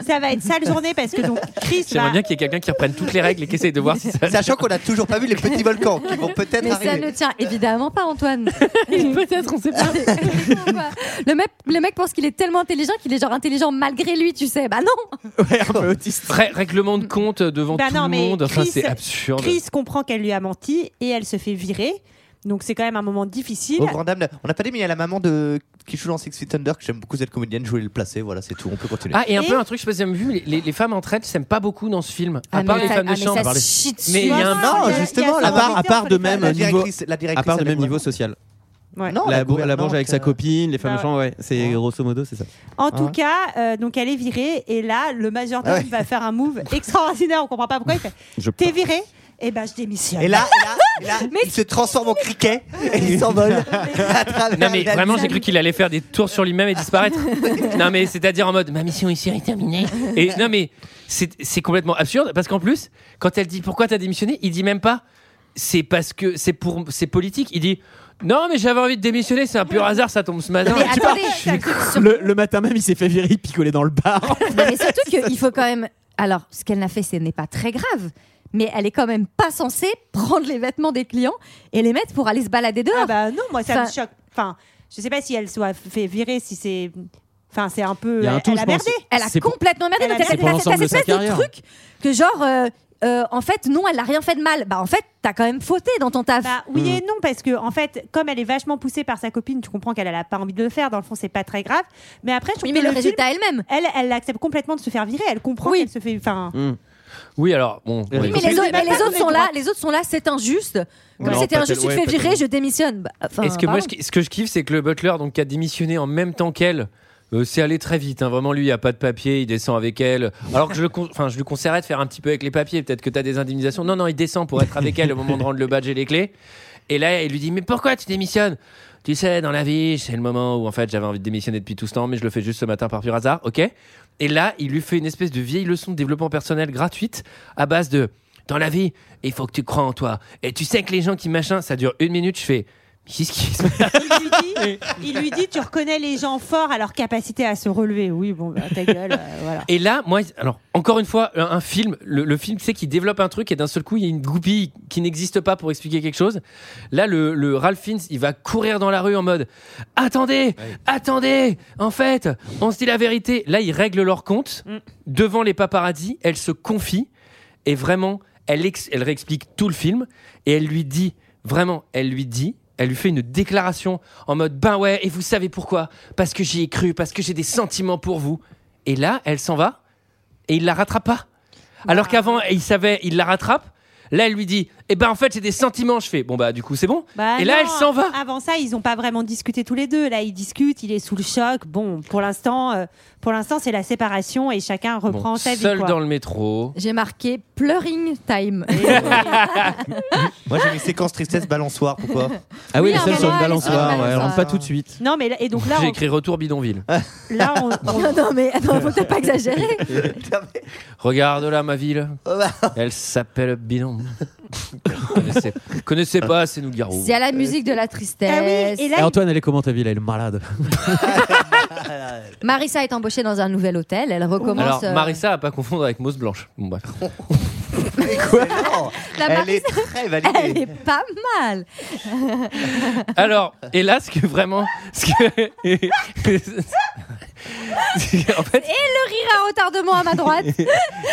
Ça va être sale journée parce que donc Chris va.
J'aimerais bien qu'il y ait quelqu'un qui reprenne toutes les règles et qui essaye de voir
<laughs>
si ça.
Sachant qu'on a toujours pas vu les petits volcans qui vont peut-être
Mais ça
arriver.
ne tient évidemment
<laughs>
pas, Antoine.
Peut-être, on sait
<laughs>
pas.
le, mec, le mec pense qu'il est tellement intelligent qu'il est genre intelligent malgré lui, tu sais. Bah non
Ré- règlement de compte devant
Bah
tout
non,
le
mais
monde. Enfin,
Chris-
c'est absurde.
Chris comprend qu'elle lui a menti et elle se fait virer. Donc c'est quand même un moment difficile.
Oh, grand dame, on n'a pas dit, mais il y a la maman de... qui joue dans Six Feet Under, que j'aime beaucoup cette comédienne, je voulais le placer, voilà, c'est tout, on peut continuer.
Ah, et un peu un truc, je sais pas si vous avez vu, les, les- les femmes entre elles s'aiment pas beaucoup dans ce film.
Ah,
à part
mais
les
ça-
femmes de
ah, mais
chambre.
ça se chie dessus. hein.
Mais il y a un
Non,
petit-
justement,
la
à part, à
sororité
part
entre
de
les
même
femmes. La
niveau,
directrice- la directrice,
à part de
elle
même
est
niveau social.
Non,
la,
la
bo- la
gouvernante,
mange avec
euh,
sa copine, les femmes
bah
de chambre, ouais. C'est grosso modo, c'est ça.
En tout
Hein
cas, euh, donc elle est virée et là, le majordome
Ouais.
va faire un move extraordinaire. On comprend pas pourquoi il fait.
Je
T'es viré Et ben je démissionne.
Et là, et là, et là, il se transforme en criquet et il <laughs> s'envole.
Non mais vraiment j'ai cru qu'il allait faire des tours sur lui-même et
<laughs>
disparaître. non mais c'est-à-dire en mode ma mission ici est terminée. Et non mais c'est c'est complètement absurde parce qu'en plus quand elle dit pourquoi t'as démissionné, il dit même pas c'est parce que c'est pour c'est politique. Il dit non mais j'avais envie de démissionner, c'est un pur hasard ça tombe ce matin.
Mais
Tu vois,
attendez,
je suis-
Le, le matin même, il s'est fait virer, il picolait dans le bar.
Non, Bah, mais surtout qu'il faut quand même. Alors, ce qu'elle n'a fait, ce n'est pas très grave. Mais elle est quand même pas censée prendre les vêtements des clients et les mettre pour aller se balader dehors.
bah non, moi ça me choque. Enfin, je sais pas si elle soit fait virer, si c'est. Enfin, c'est un peu.
Il y a un
elle,
tout,
elle
je
a
pense.
merdé.
Elle a C'est pour- complètement merdé, donc elle a-
merdé.
C'est pour elle a- l'ensemble de sa espèce de carrière. truc que genre. euh, euh, en fait, non, elle n'a rien fait de mal. Bah, en fait, t'as quand même fauté dans ton taf.
Bah, Oui et non, parce que en fait, comme elle est vachement poussée par sa copine, tu comprends qu'elle n'a pas envie de le faire. Dans le fond, c'est pas très grave. Mais après, je trouve
Oui, mais
que
le
film,
résultat elle-même.
Elle, elle accepte complètement de se faire virer. Elle comprend qu'elle se fait. Enfin,
Hmm.
Oui alors bon.
Oui, mais les, autres, mais les autres sont là, les autres sont là, c'est injuste. Comme
Ouais.
c'était
Non, pas
injuste,
tel-
tu te
ouais,
fais
pas
virer,
tellement.
je démissionne. Bah, enfin,
Est-ce que moi,
pardon.
je- ce que je kiffe, c'est que le butler, donc, qui a démissionné en même temps qu'elle, euh, c'est allé très vite. hein. Vraiment, lui, il a pas de papier, il descend avec elle. Alors que je, le con- enfin, je lui conseillerais de faire un petit peu avec les papiers. Peut-être que tu as des indemnisations. Non, non, il descend pour être avec elle au moment de rendre le badge et les clés. Et là, il lui dit Mais pourquoi tu démissionnes Tu sais, dans la vie, c'est le moment où, en fait, j'avais envie de démissionner depuis tout ce temps, mais je le fais juste ce matin par pur hasard. OK Et là, il lui fait une espèce de vieille leçon de développement personnel gratuite à base de Dans la vie, il faut que tu crois en toi. Et tu sais que les gens qui machin, ça dure une minute, je fais. Mais qu'est-ce qui se passe
il lui
<laughs>
dit, tu reconnais les gens forts à leur capacité à se relever. Oui, bon, bah, ta gueule, euh, voilà.
Et là, moi, alors encore une fois, un, un film, le, le film, c'est qu'il développe un truc et d'un seul coup, il y a une goupille qui n'existe pas pour expliquer quelque chose. Là, le, le Ralph Fiennes, il va courir dans la rue en mode attendez, attendez, en fait, on se dit la vérité. Là, ils règlent leur compte
Mm.
devant les paparazzis. Elle se confie et vraiment, elle, ex- elle réexplique tout le film et elle lui dit vraiment, elle lui dit elle lui fait une déclaration en mode ben ouais et vous savez pourquoi parce que j'y ai cru parce que j'ai des sentiments pour vous et là elle s'en va et il la rattrape pas alors
Bah.
qu'avant il savait il la rattrape là elle lui dit eh ben en fait j'ai des sentiments je fais bon bah du coup c'est bon
Bah,
et là
non,
elle s'en va
Avant ça, ils n'ont pas vraiment discuté tous les deux. Là, ils discutent, il est sous le choc. Bon, pour l'instant, euh, pour l'instant, c'est la séparation et chacun reprend
Bon,
sa vie.
seule
quoi.
dans le métro
J'ai marqué pleuring time.
<laughs> Moi j'ai mis séquence tristesse balançoire, pourquoi
Ah oui,
Oui,
les
un
selles sur
moment,
une
elles sont
balançoire,
sur
ouais,
une
elle rentre pas
balançoire.
tout de suite. Ah.
Non, mais là- et donc là,
j'ai
on-
écrit retour bidonville
là, on,
<laughs> non, non, mais attends, <laughs> faut peut-être
<laughs>
pas exagérer.
regarde là
<laughs>
ma ville elle s'appelle bidon connaissez, connaissez pas c'est nous garou
C'est à la musique de la tristesse.
Ah et
Et Antoine, elle est comment ta ville Elle est malade.
Marissa est embauchée dans un nouvel hôtel. Elle recommence.
alors
euh,
Marissa à pas confondre avec Mauss Blanche Bon, bref.
la
Elle
Marissa-
est très validée.
<laughs> Elle est pas mal.
Alors, et là, ce que vraiment. Ce que... <laughs> en
Et
fait,
le rire à retardement à ma droite.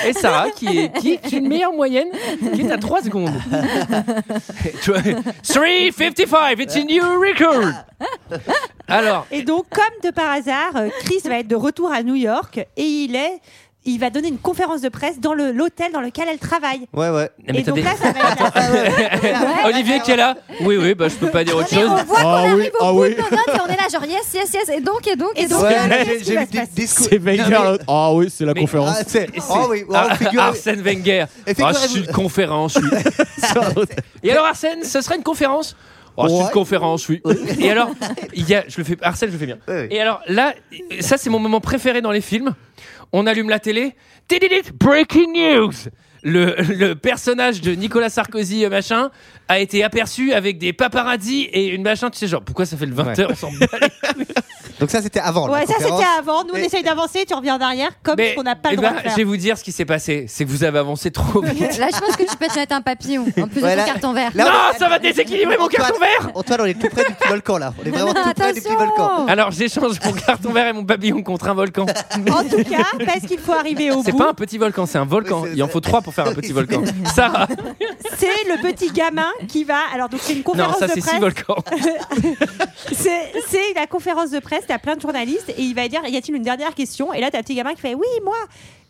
et Sarah, qui est, qui est une meilleure moyenne, qui est à
<laughs>
3 secondes. Tu vois, 3,55, it's a new record! Alors,
Et donc, comme de par hasard, euh, Chris va être de retour à New York et il est il va donner une conférence de presse dans le- l'hôtel dans lequel elle travaille.
Ouais, ouais.
Et donc là, ça va être la-
Olivier qui est là Oui, oui, bah, je peux pas dire autre
Mais
chose.
on voit qu'on arrive au bout de nos notes et on est là genre yes, yes, yes et donc et donc et, donc. et alors, qu'est-ce qui va se passer
C'est Wenger. l'autre. Ah oui, c'est la conférence.
Ah, c'est- oh oui, oh,
Ah,
figurez-
Arsène Wenger.
Et
Ah,
figurez-vous-
je suis une conférence,
<laughs>
oui. Et alors, Arsène, ce serait une conférence Oh, c'est une conférence, oui. Et alors, il y a, je le fais, Arsène, je le fais bien. Et alors là, ça c'est mon moment préféré dans les films. On allume la télé. Tididit, Breaking news. Le, le personnage de Nicolas Sarkozy euh, machin a été aperçu avec des paparazzis et une machin. Tu sais genre pourquoi ça fait le 20h
Ouais. Donc ça c'était avant.
Ouais,
la
ça
conférence.
c'était avant. Nous on essaye d'avancer, tu reviens en arrière comme ce qu'on n'a
Eh
pas le droit
ben,
de
je vais
faire.
vous dire ce qui s'est passé. C'est que vous avez avancé trop
<laughs>
vite.
Là, je pense que tu peux te mettre un papillon en plus
Ouais,
de
là-
ton carton vert.
là, on- Non, ça va déséquilibrer mon carton
vert. Antoine, on est tout près du petit volcan là. On est vraiment tout près du petit volcan.
Alors j'échange mon carton vert et mon papillon contre un volcan.
En tout cas, parce qu'il faut arriver au
C'est
bout.
pas un petit volcan, c'est un volcan. Il en faut trois pour faire
<laughs>
un petit volcan. Sarah,
C'est le petit gamin qui va. Alors donc c'est une
non,
conférence
ça
de
c'est
presse. Ah,
six volcans.
C'est c'est la conférence de presse, t'as plein de journalistes et il va dire y a-t-il une dernière question Et là, t'as un petit gamin qui fait oui, moi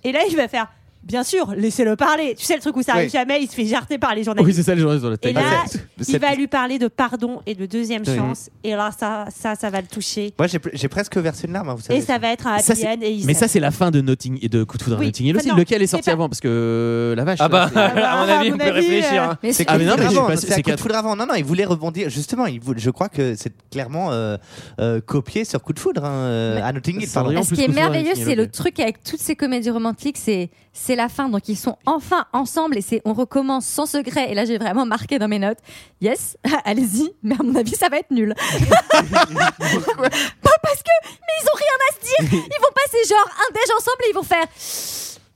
Et là, il va faire bien sûr, laissez-le parler. Tu sais, le truc où ça arrive
Oui.
jamais, il se fait jarter par les
Oui,
journalistes.
c'est ça les journalistes dans la
et
tête.
là, il
c'est-
va lui parler de pardon et de deuxième
Oui.
chance. Et là, ça, ça, ça va le toucher.
Moi j'ai- j'ai presque versé une larme, hein, vous savez.
Et ça va être un
Ça,
happy
c'est-
end. Et il
Mais ça,
s'arrête.
c'est la fin de, Notting, et de Coup de foudre à
Oui.
Notting Hill aussi.
Enfin, non,
Lequel est sorti
c'est pas-
avant Parce que euh, la vache.
Ah
là,
bah,
c'est-
à mon avis, on peut
euh,
réfléchir. hein.
C'est
Ah, mais non, mais je sais
avant,
pas,
c'est à
c'est
coup de
quatre-
foudre avant. Non, non, il voulait rebondir. Justement, il voulait- je crois que c'est clairement euh, euh, copié sur coup de foudre hein, euh, à Notting Hill. pardon.
Ce qui est merveilleux, c'est le truc avec toutes ces comédies romantiques, c'est c'est la fin. Donc ils sont enfin ensemble et c'est on recommence sans secret. Et là, j'ai vraiment marqué dans mes notes. Yes, <laughs> allez-y. Mais à mon avis, ça va être nul. Pas parce que, mais ils ont rien à se dire. Ils vont passer genre un déj ensemble et ils vont faire.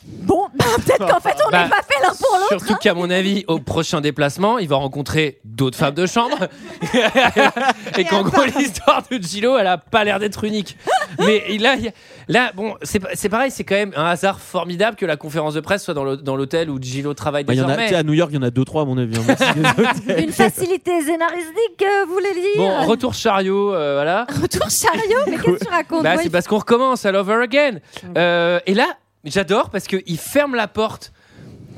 Bon, bah, peut-être qu'en fait, on
Bah,
n'a pas fait l'un Ah, pour l'autre. hein.
Surtout qu'à mon avis, au prochain déplacement, il va rencontrer d'autres femmes de chambre.
<laughs>
et qu'en gros, l'histoire de Gillo, elle a pas l'air d'être unique. Mais il a- il y a- là, bon, c'est pas- c'est pareil, c'est quand même un hasard formidable que la conférence de presse soit dans le- dans l'hôtel où Gillo travaille
Bah, il y en a,
désormais.
tu sais, à New York, il y en a 2-3 à mon <laughs> avis. hein. Merci.
Une facilité scénaristique, euh, vous voulez dire
Bon, retour chariot, euh, voilà.
Retour chariot, mais qu'est-ce que tu racontes
Bah,
Moi,
c'est
il-
parce qu'on recommence à Lover Again. Euh, et là, j'adore parce qu'il ferme la porte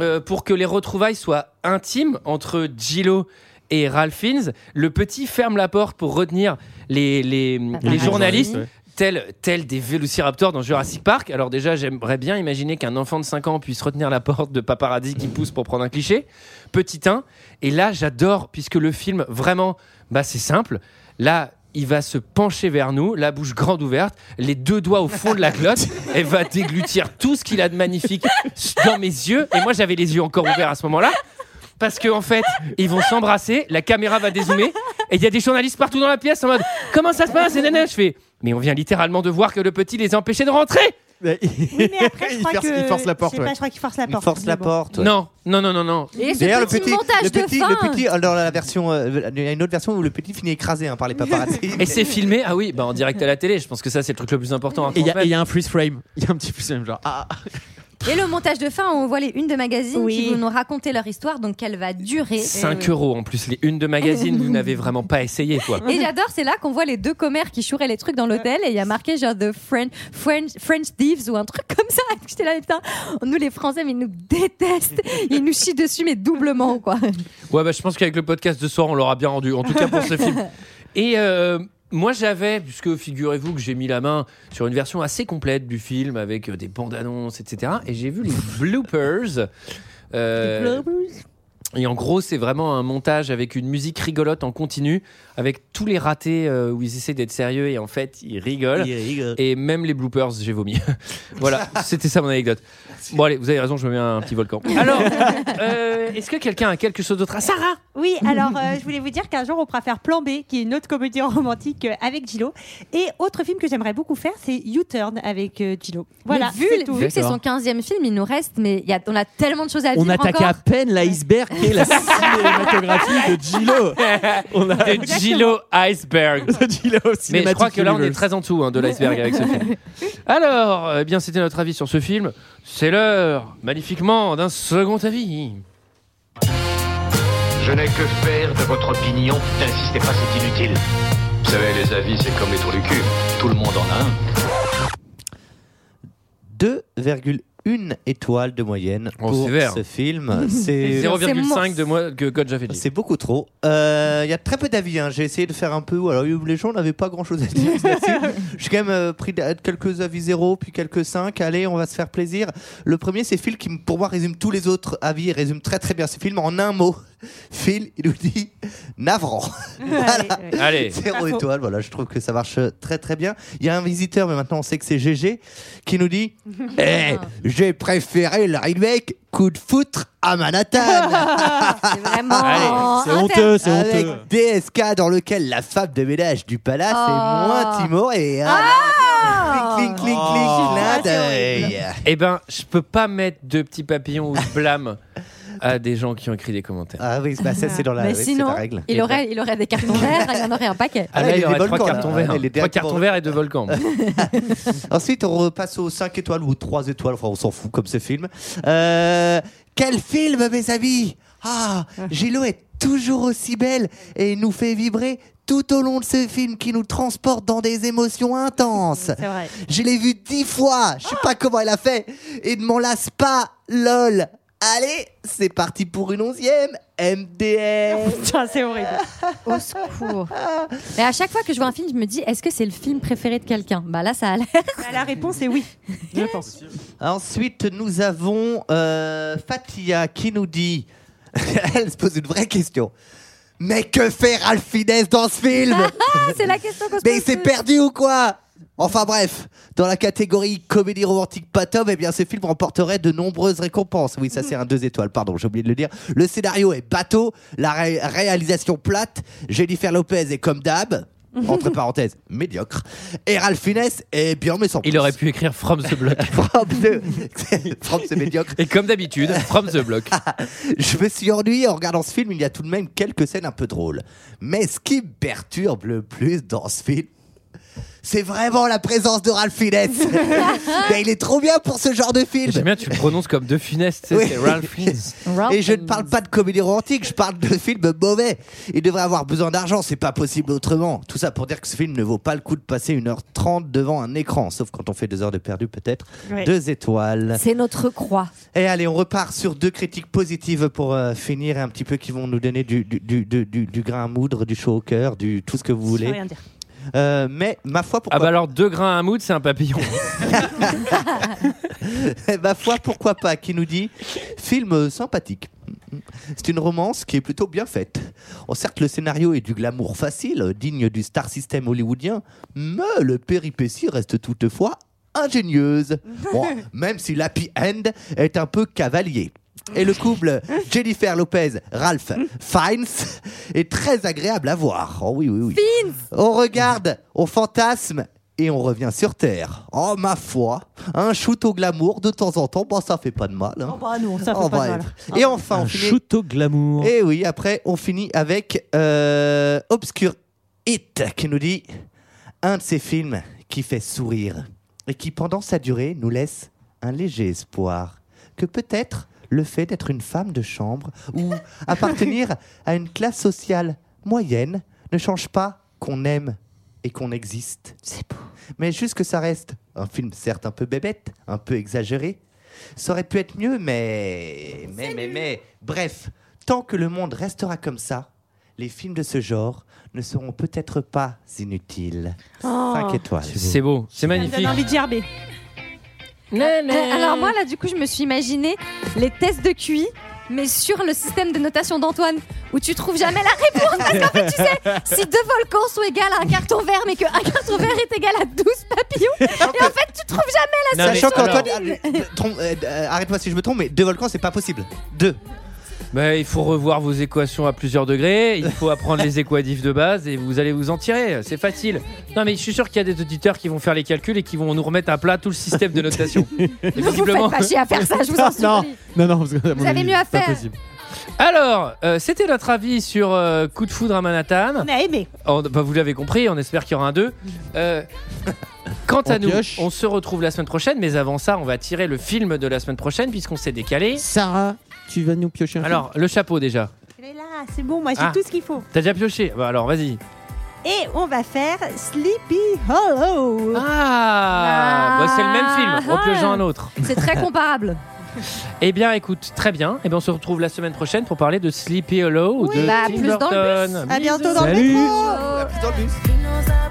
euh, pour que les retrouvailles soient intimes entre Gillo et Ralph Fiennes. Le petit ferme la porte pour retenir les, les, les journalistes.
ouais.
Tels, tels des vélociraptors dans Jurassic Park. Alors, déjà, j'aimerais bien imaginer qu'un enfant de 5 ans puisse retenir la porte de paparazzi qui pousse pour prendre un cliché. Petit 1. Et là, j'adore, puisque le film, vraiment, bah, c'est simple. Là, il va se pencher vers nous, la bouche grande ouverte, les deux doigts au fond de la glotte, et va déglutir tout ce qu'il a de magnifique dans mes yeux. Et moi, j'avais les yeux encore ouverts à ce moment-là. Parce qu'en en fait, ils vont s'embrasser, la caméra va dézoomer, et il y a des journalistes partout dans la pièce en mode Comment ça se passe Et nanana, je fais Mais on vient littéralement de voir que le petit les empêchait de rentrer
<laughs>
Oui, mais après, je
Il
crois
force-
que-
il force la
je sais
porte,
pas,
ouais.
je crois qu'il force la
Il
porte.
force la
mais bon.
porte.
Non, non, non, non, non.
Et ce
D'ailleurs, le
petit
petit,
montage
le
de
petit,
fin.
le petit, euh, dans la version, euh, il y a une autre version où le petit finit écrasé hein, par les paparazzi. <laughs>
Et c'est filmé, ah oui, bah en direct à la télé, je pense que ça c'est le truc le plus important.
Et il y a- et il y a
un freeze frame, il y a un petit freeze frame genre ah.
Et le montage de fin, on voit les unes de magazines qui vont nous raconter leur histoire, donc elle
<laughs>
va durer.
5 euros en plus, les unes de magazine, <laughs> vous n'avez vraiment pas essayé quoi.
Et j'adore, c'est là qu'on voit les deux commères qui chouraient les trucs dans l'hôtel et il y a marqué genre The French, French, French Thieves ou un truc comme ça. <laughs> Et J'étais là, mais putain, nous les Français, mais ils nous détestent. Ils nous chient dessus, mais
<laughs>
doublement, quoi.
Ouais, bah, je pense qu'avec le podcast de ce soir, on l'aura bien rendu, en tout cas pour ce film. Et euh, moi, j'avais, puisque figurez-vous que j'ai mis la main sur une version assez complète du film avec euh, des bandes annonces, etc. Et j'ai vu les bloopers. Euh, et en gros, c'est vraiment un montage avec une musique rigolote en continu, avec tous les ratés euh, où ils essaient d'être sérieux et en fait, ils rigolent.
Ils rigolent.
Et même les bloopers, j'ai vomi. <laughs> voilà, c'était ça mon anecdote. Bon, allez, vous avez raison, je me mets un petit volcan. Alors, euh, est-ce que quelqu'un a quelque chose d'autre à Ah, Sarah
Oui, alors euh, je voulais vous dire qu'un jour on pourra faire Plan B, qui est une autre comédie romantique euh, avec Gillo. Et autre film que j'aimerais beaucoup faire, c'est U-Turn avec euh, Gillo. Voilà,
Voilà, vu,
c'est tout.
vu que c'est son 15e film, il nous reste, mais il y a, on a tellement de choses à
On
vivre
attaque
encore.
à peine l'iceberg qui est
<laughs>
la cinématographie de Gillo.
<laughs>
On a
De Gillo Iceberg. Mais je crois que là, on est très en dessous hein, de l'iceberg avec
<laughs>
ce film. Alors, eh bien, c'était notre avis sur ce film. C'est l'heure, magnifiquement, d'un second avis.
Je n'ai que faire de votre opinion. N'insistez pas, c'est inutile.
Vous savez, les avis, c'est comme les trous du cul. Tout le monde en a un.
2,1 une étoile de moyenne
Oh,
pour
sévère.
ce film. C'est
0,5 de moins que God Jaffe
C'est beaucoup trop. Euh, Il y a très peu d'avis. hein. J'ai essayé de faire un peu. Alors, les gens n'avaient pas grand chose à dire. là-dessus. J'ai quand même euh, pris d- quelques avis 0, puis quelques 5. Allez, on va se faire plaisir. Le premier, c'est Phil qui, pour moi, résume tous les autres avis et résume très très bien ce film en un mot. <laughs> Phil, il nous dit navrant. Voilà.
Allez.
Zéro
Pas faux.
étoile. Voilà, je trouve que ça marche euh, très très bien. Il y a un visiteur, mais maintenant on sait que c'est GG, qui nous
<laughs>
dit Eh, j'ai préféré le remake coup de foutre à
<laughs>
Manhattan. Ah,
C'est
<laughs>
vraiment. inter-
Avec DSK dans lequel la femme de ménage du palace
Oh. Ah.
est moins timorée. hein. Clic, clic, clic, clic, clin d'œil.
Eh ben, je peux pas mettre de petits papillons ou de blâme à des gens qui ont écrit des commentaires.
Ah oui, bah ça, c'est dans la-
Mais
oui, c'est
sinon,
la règle.
il aurait, il aurait des cartons verts, il y en aurait un paquet.
Ah, là, il y aurait trois cartons verts.
Elle est
Trois cartons verts et deux volcans.
Ensuite, on repasse aux 5 étoiles ou 3 étoiles. Enfin, on s'en fout comme ce film. Euh, quel film, mes amis Ah, Gilo est toujours aussi belle et nous fait vibrer tout au long de ce film qui nous transporte dans des émotions intenses.
vrai.
Je l'ai vu dix fois. Je sais pas comment elle a fait. Et ne m'en lasse pas, lol. Allez, c'est parti pour une onzième. MDM.
Putain, c'est horrible.
Au secours. Mais à chaque fois que je vois un film, je me dis est-ce que c'est le film préféré de quelqu'un Bah là, ça a l'air.
Euh, La réponse est oui, je pense.
Ensuite, nous avons euh, Fatia qui nous dit <laughs> elle se pose une vraie question. Mais que fait Ralph Fiennes dans ce film
c'est la question qu'on se
Mais il
pose
s'est
tous.
perdu ou quoi Enfin bref, dans la catégorie comédie romantique pas top, eh bien ce film remporterait de nombreuses récompenses. Oui, ça c'est un 2 étoiles, pardon, j'ai oublié de le dire. Le scénario est bateau, la ré- réalisation plate, Jennifer Lopez est comme d'hab, entre parenthèses, médiocre, et Ralph Fiennes est bien mais sans
Il aurait pu écrire From the Block.
<laughs> From the... From the médiocre.
Et comme d'habitude, From the Block.
Je me suis ennuyé en regardant ce film, il y a tout de même quelques scènes un peu drôles. Mais ce qui me perturbe le plus dans ce film, c'est vraiment la présence de Ralph Fiennes. Mais il est trop bien pour ce genre de film.
J'aime bien, tu le prononces comme de finesse, tu sais,
Oui.
c'est Ralph Fiennes.
Et je ne parle pas de comédie romantique, je parle de film mauvais. Il devrait avoir besoin d'argent, c'est pas possible autrement. Tout ça pour dire que ce film ne vaut pas le coup de passer 1h30 devant un écran, sauf quand on fait deux heures de perdu peut-être.
Ouais.
Deux étoiles.
C'est notre croix.
Et allez, on repart sur deux critiques positives pour euh, finir et un petit peu qui vont nous donner du, du, du, du- du- du grain à moudre, du chaud au cœur, du tout ce que vous voulez.
rien dire.
Euh, mais ma foi, pourquoi
Ah bah alors, deux grains à moudre, c'est un <laughs> papillon.
<laughs> ma foi, pourquoi pas, qui nous dit film euh, sympathique. C'est une romance qui est plutôt bien faite. Oh, certes, le scénario est du glamour facile, euh, digne du star system hollywoodien, mais le péripétie reste toutefois ingénieuse. Bon, même si l'happy end est un peu cavalier. Et le couple Jennifer Lopez, Ralph Fiennes est très agréable à voir. Oh oui, oui, oui. On regarde, on fantasme et on revient sur Terre. Oh ma foi, un shoot au glamour de temps en temps, bon ça fait pas de mal. hein.
Oh bah non, ça fait
Oh,
pas de
bref.
mal.
Et enfin, on finit.
Shoot au glamour.
Et oui, après on finit avec euh, Obscure Hit qui nous dit un de ces films qui fait sourire et qui pendant sa durée nous laisse un léger espoir que peut-être le fait d'être une femme de chambre
<laughs>
ou appartenir à une classe sociale moyenne ne change pas qu'on aime et qu'on existe. C'est beau. Mais juste que ça reste un film certes un peu bébête, un peu exagéré, ça aurait pu être mieux, mais... Mais, mais, mais... Bref, tant que le monde restera comme ça, les films de ce genre ne seront peut-être pas inutiles.
Oh.
5 étoiles.
Ah, C'est beau, c'est
Ça me donne envie de gerber.
Euh, Alors moi là du coup je me suis imaginé les tests de QI mais sur le système de notation d'Antoine où tu trouves jamais la réponse parce qu'en fait tu sais si deux volcans sont égales à un carton vert mais qu'un carton vert est égal à 12 papillons et en fait tu trouves jamais la
Sachant
solution.
qu'Antoine, ah, euh, trom- euh, euh, arrête-moi si je me trompe, mais deux volcans, c'est pas possible. Deux.
Bah, il faut revoir vos équations à plusieurs degrés, il faut apprendre les équadifs de base et vous allez vous en tirer, c'est facile. Non mais je suis sûr qu'il y a des auditeurs qui vont faire les calculs et qui vont nous remettre à plat tout le système de
<laughs>
notation. Et
vous
visiblement-
faites pas chier à faire ça, je vous en supplie.
Non, non, parce que, à
Vous
mon
avez
avis,
mieux à
c'est
faire.
impossible.
Alors, euh, c'était notre avis sur euh, Coup de foudre à Manhattan.
On a aimé.
On- bah, vous l'avez compris, on espère qu'il y aura un
<laughs>
2. quant à
On
nous,
pioche.
on se retrouve la semaine prochaine, mais avant ça, on va tirer le film de la semaine prochaine puisqu'on s'est décalé.
Sarah, tu vas nous
Ah,
piocher un film
Alors, le chapeau déjà.
Elle est là, c'est bon, moi j'ai
Ah.
tout ce qu'il faut.
T'as déjà pioché Bah alors, vas-y.
Et on va faire Sleepy Hollow.
Ah, bah, c'est le même film, replongeons un autre.
C'est très comparable.
Eh bien, écoute, très bien. Eh bien, on se retrouve la semaine prochaine pour parler de Sleepy Hollow
Oui,
de
bah,
Tim
plus dans le
Burton.
bus. À bientôt dans le
Salut.
métro.
Plus dans le bus.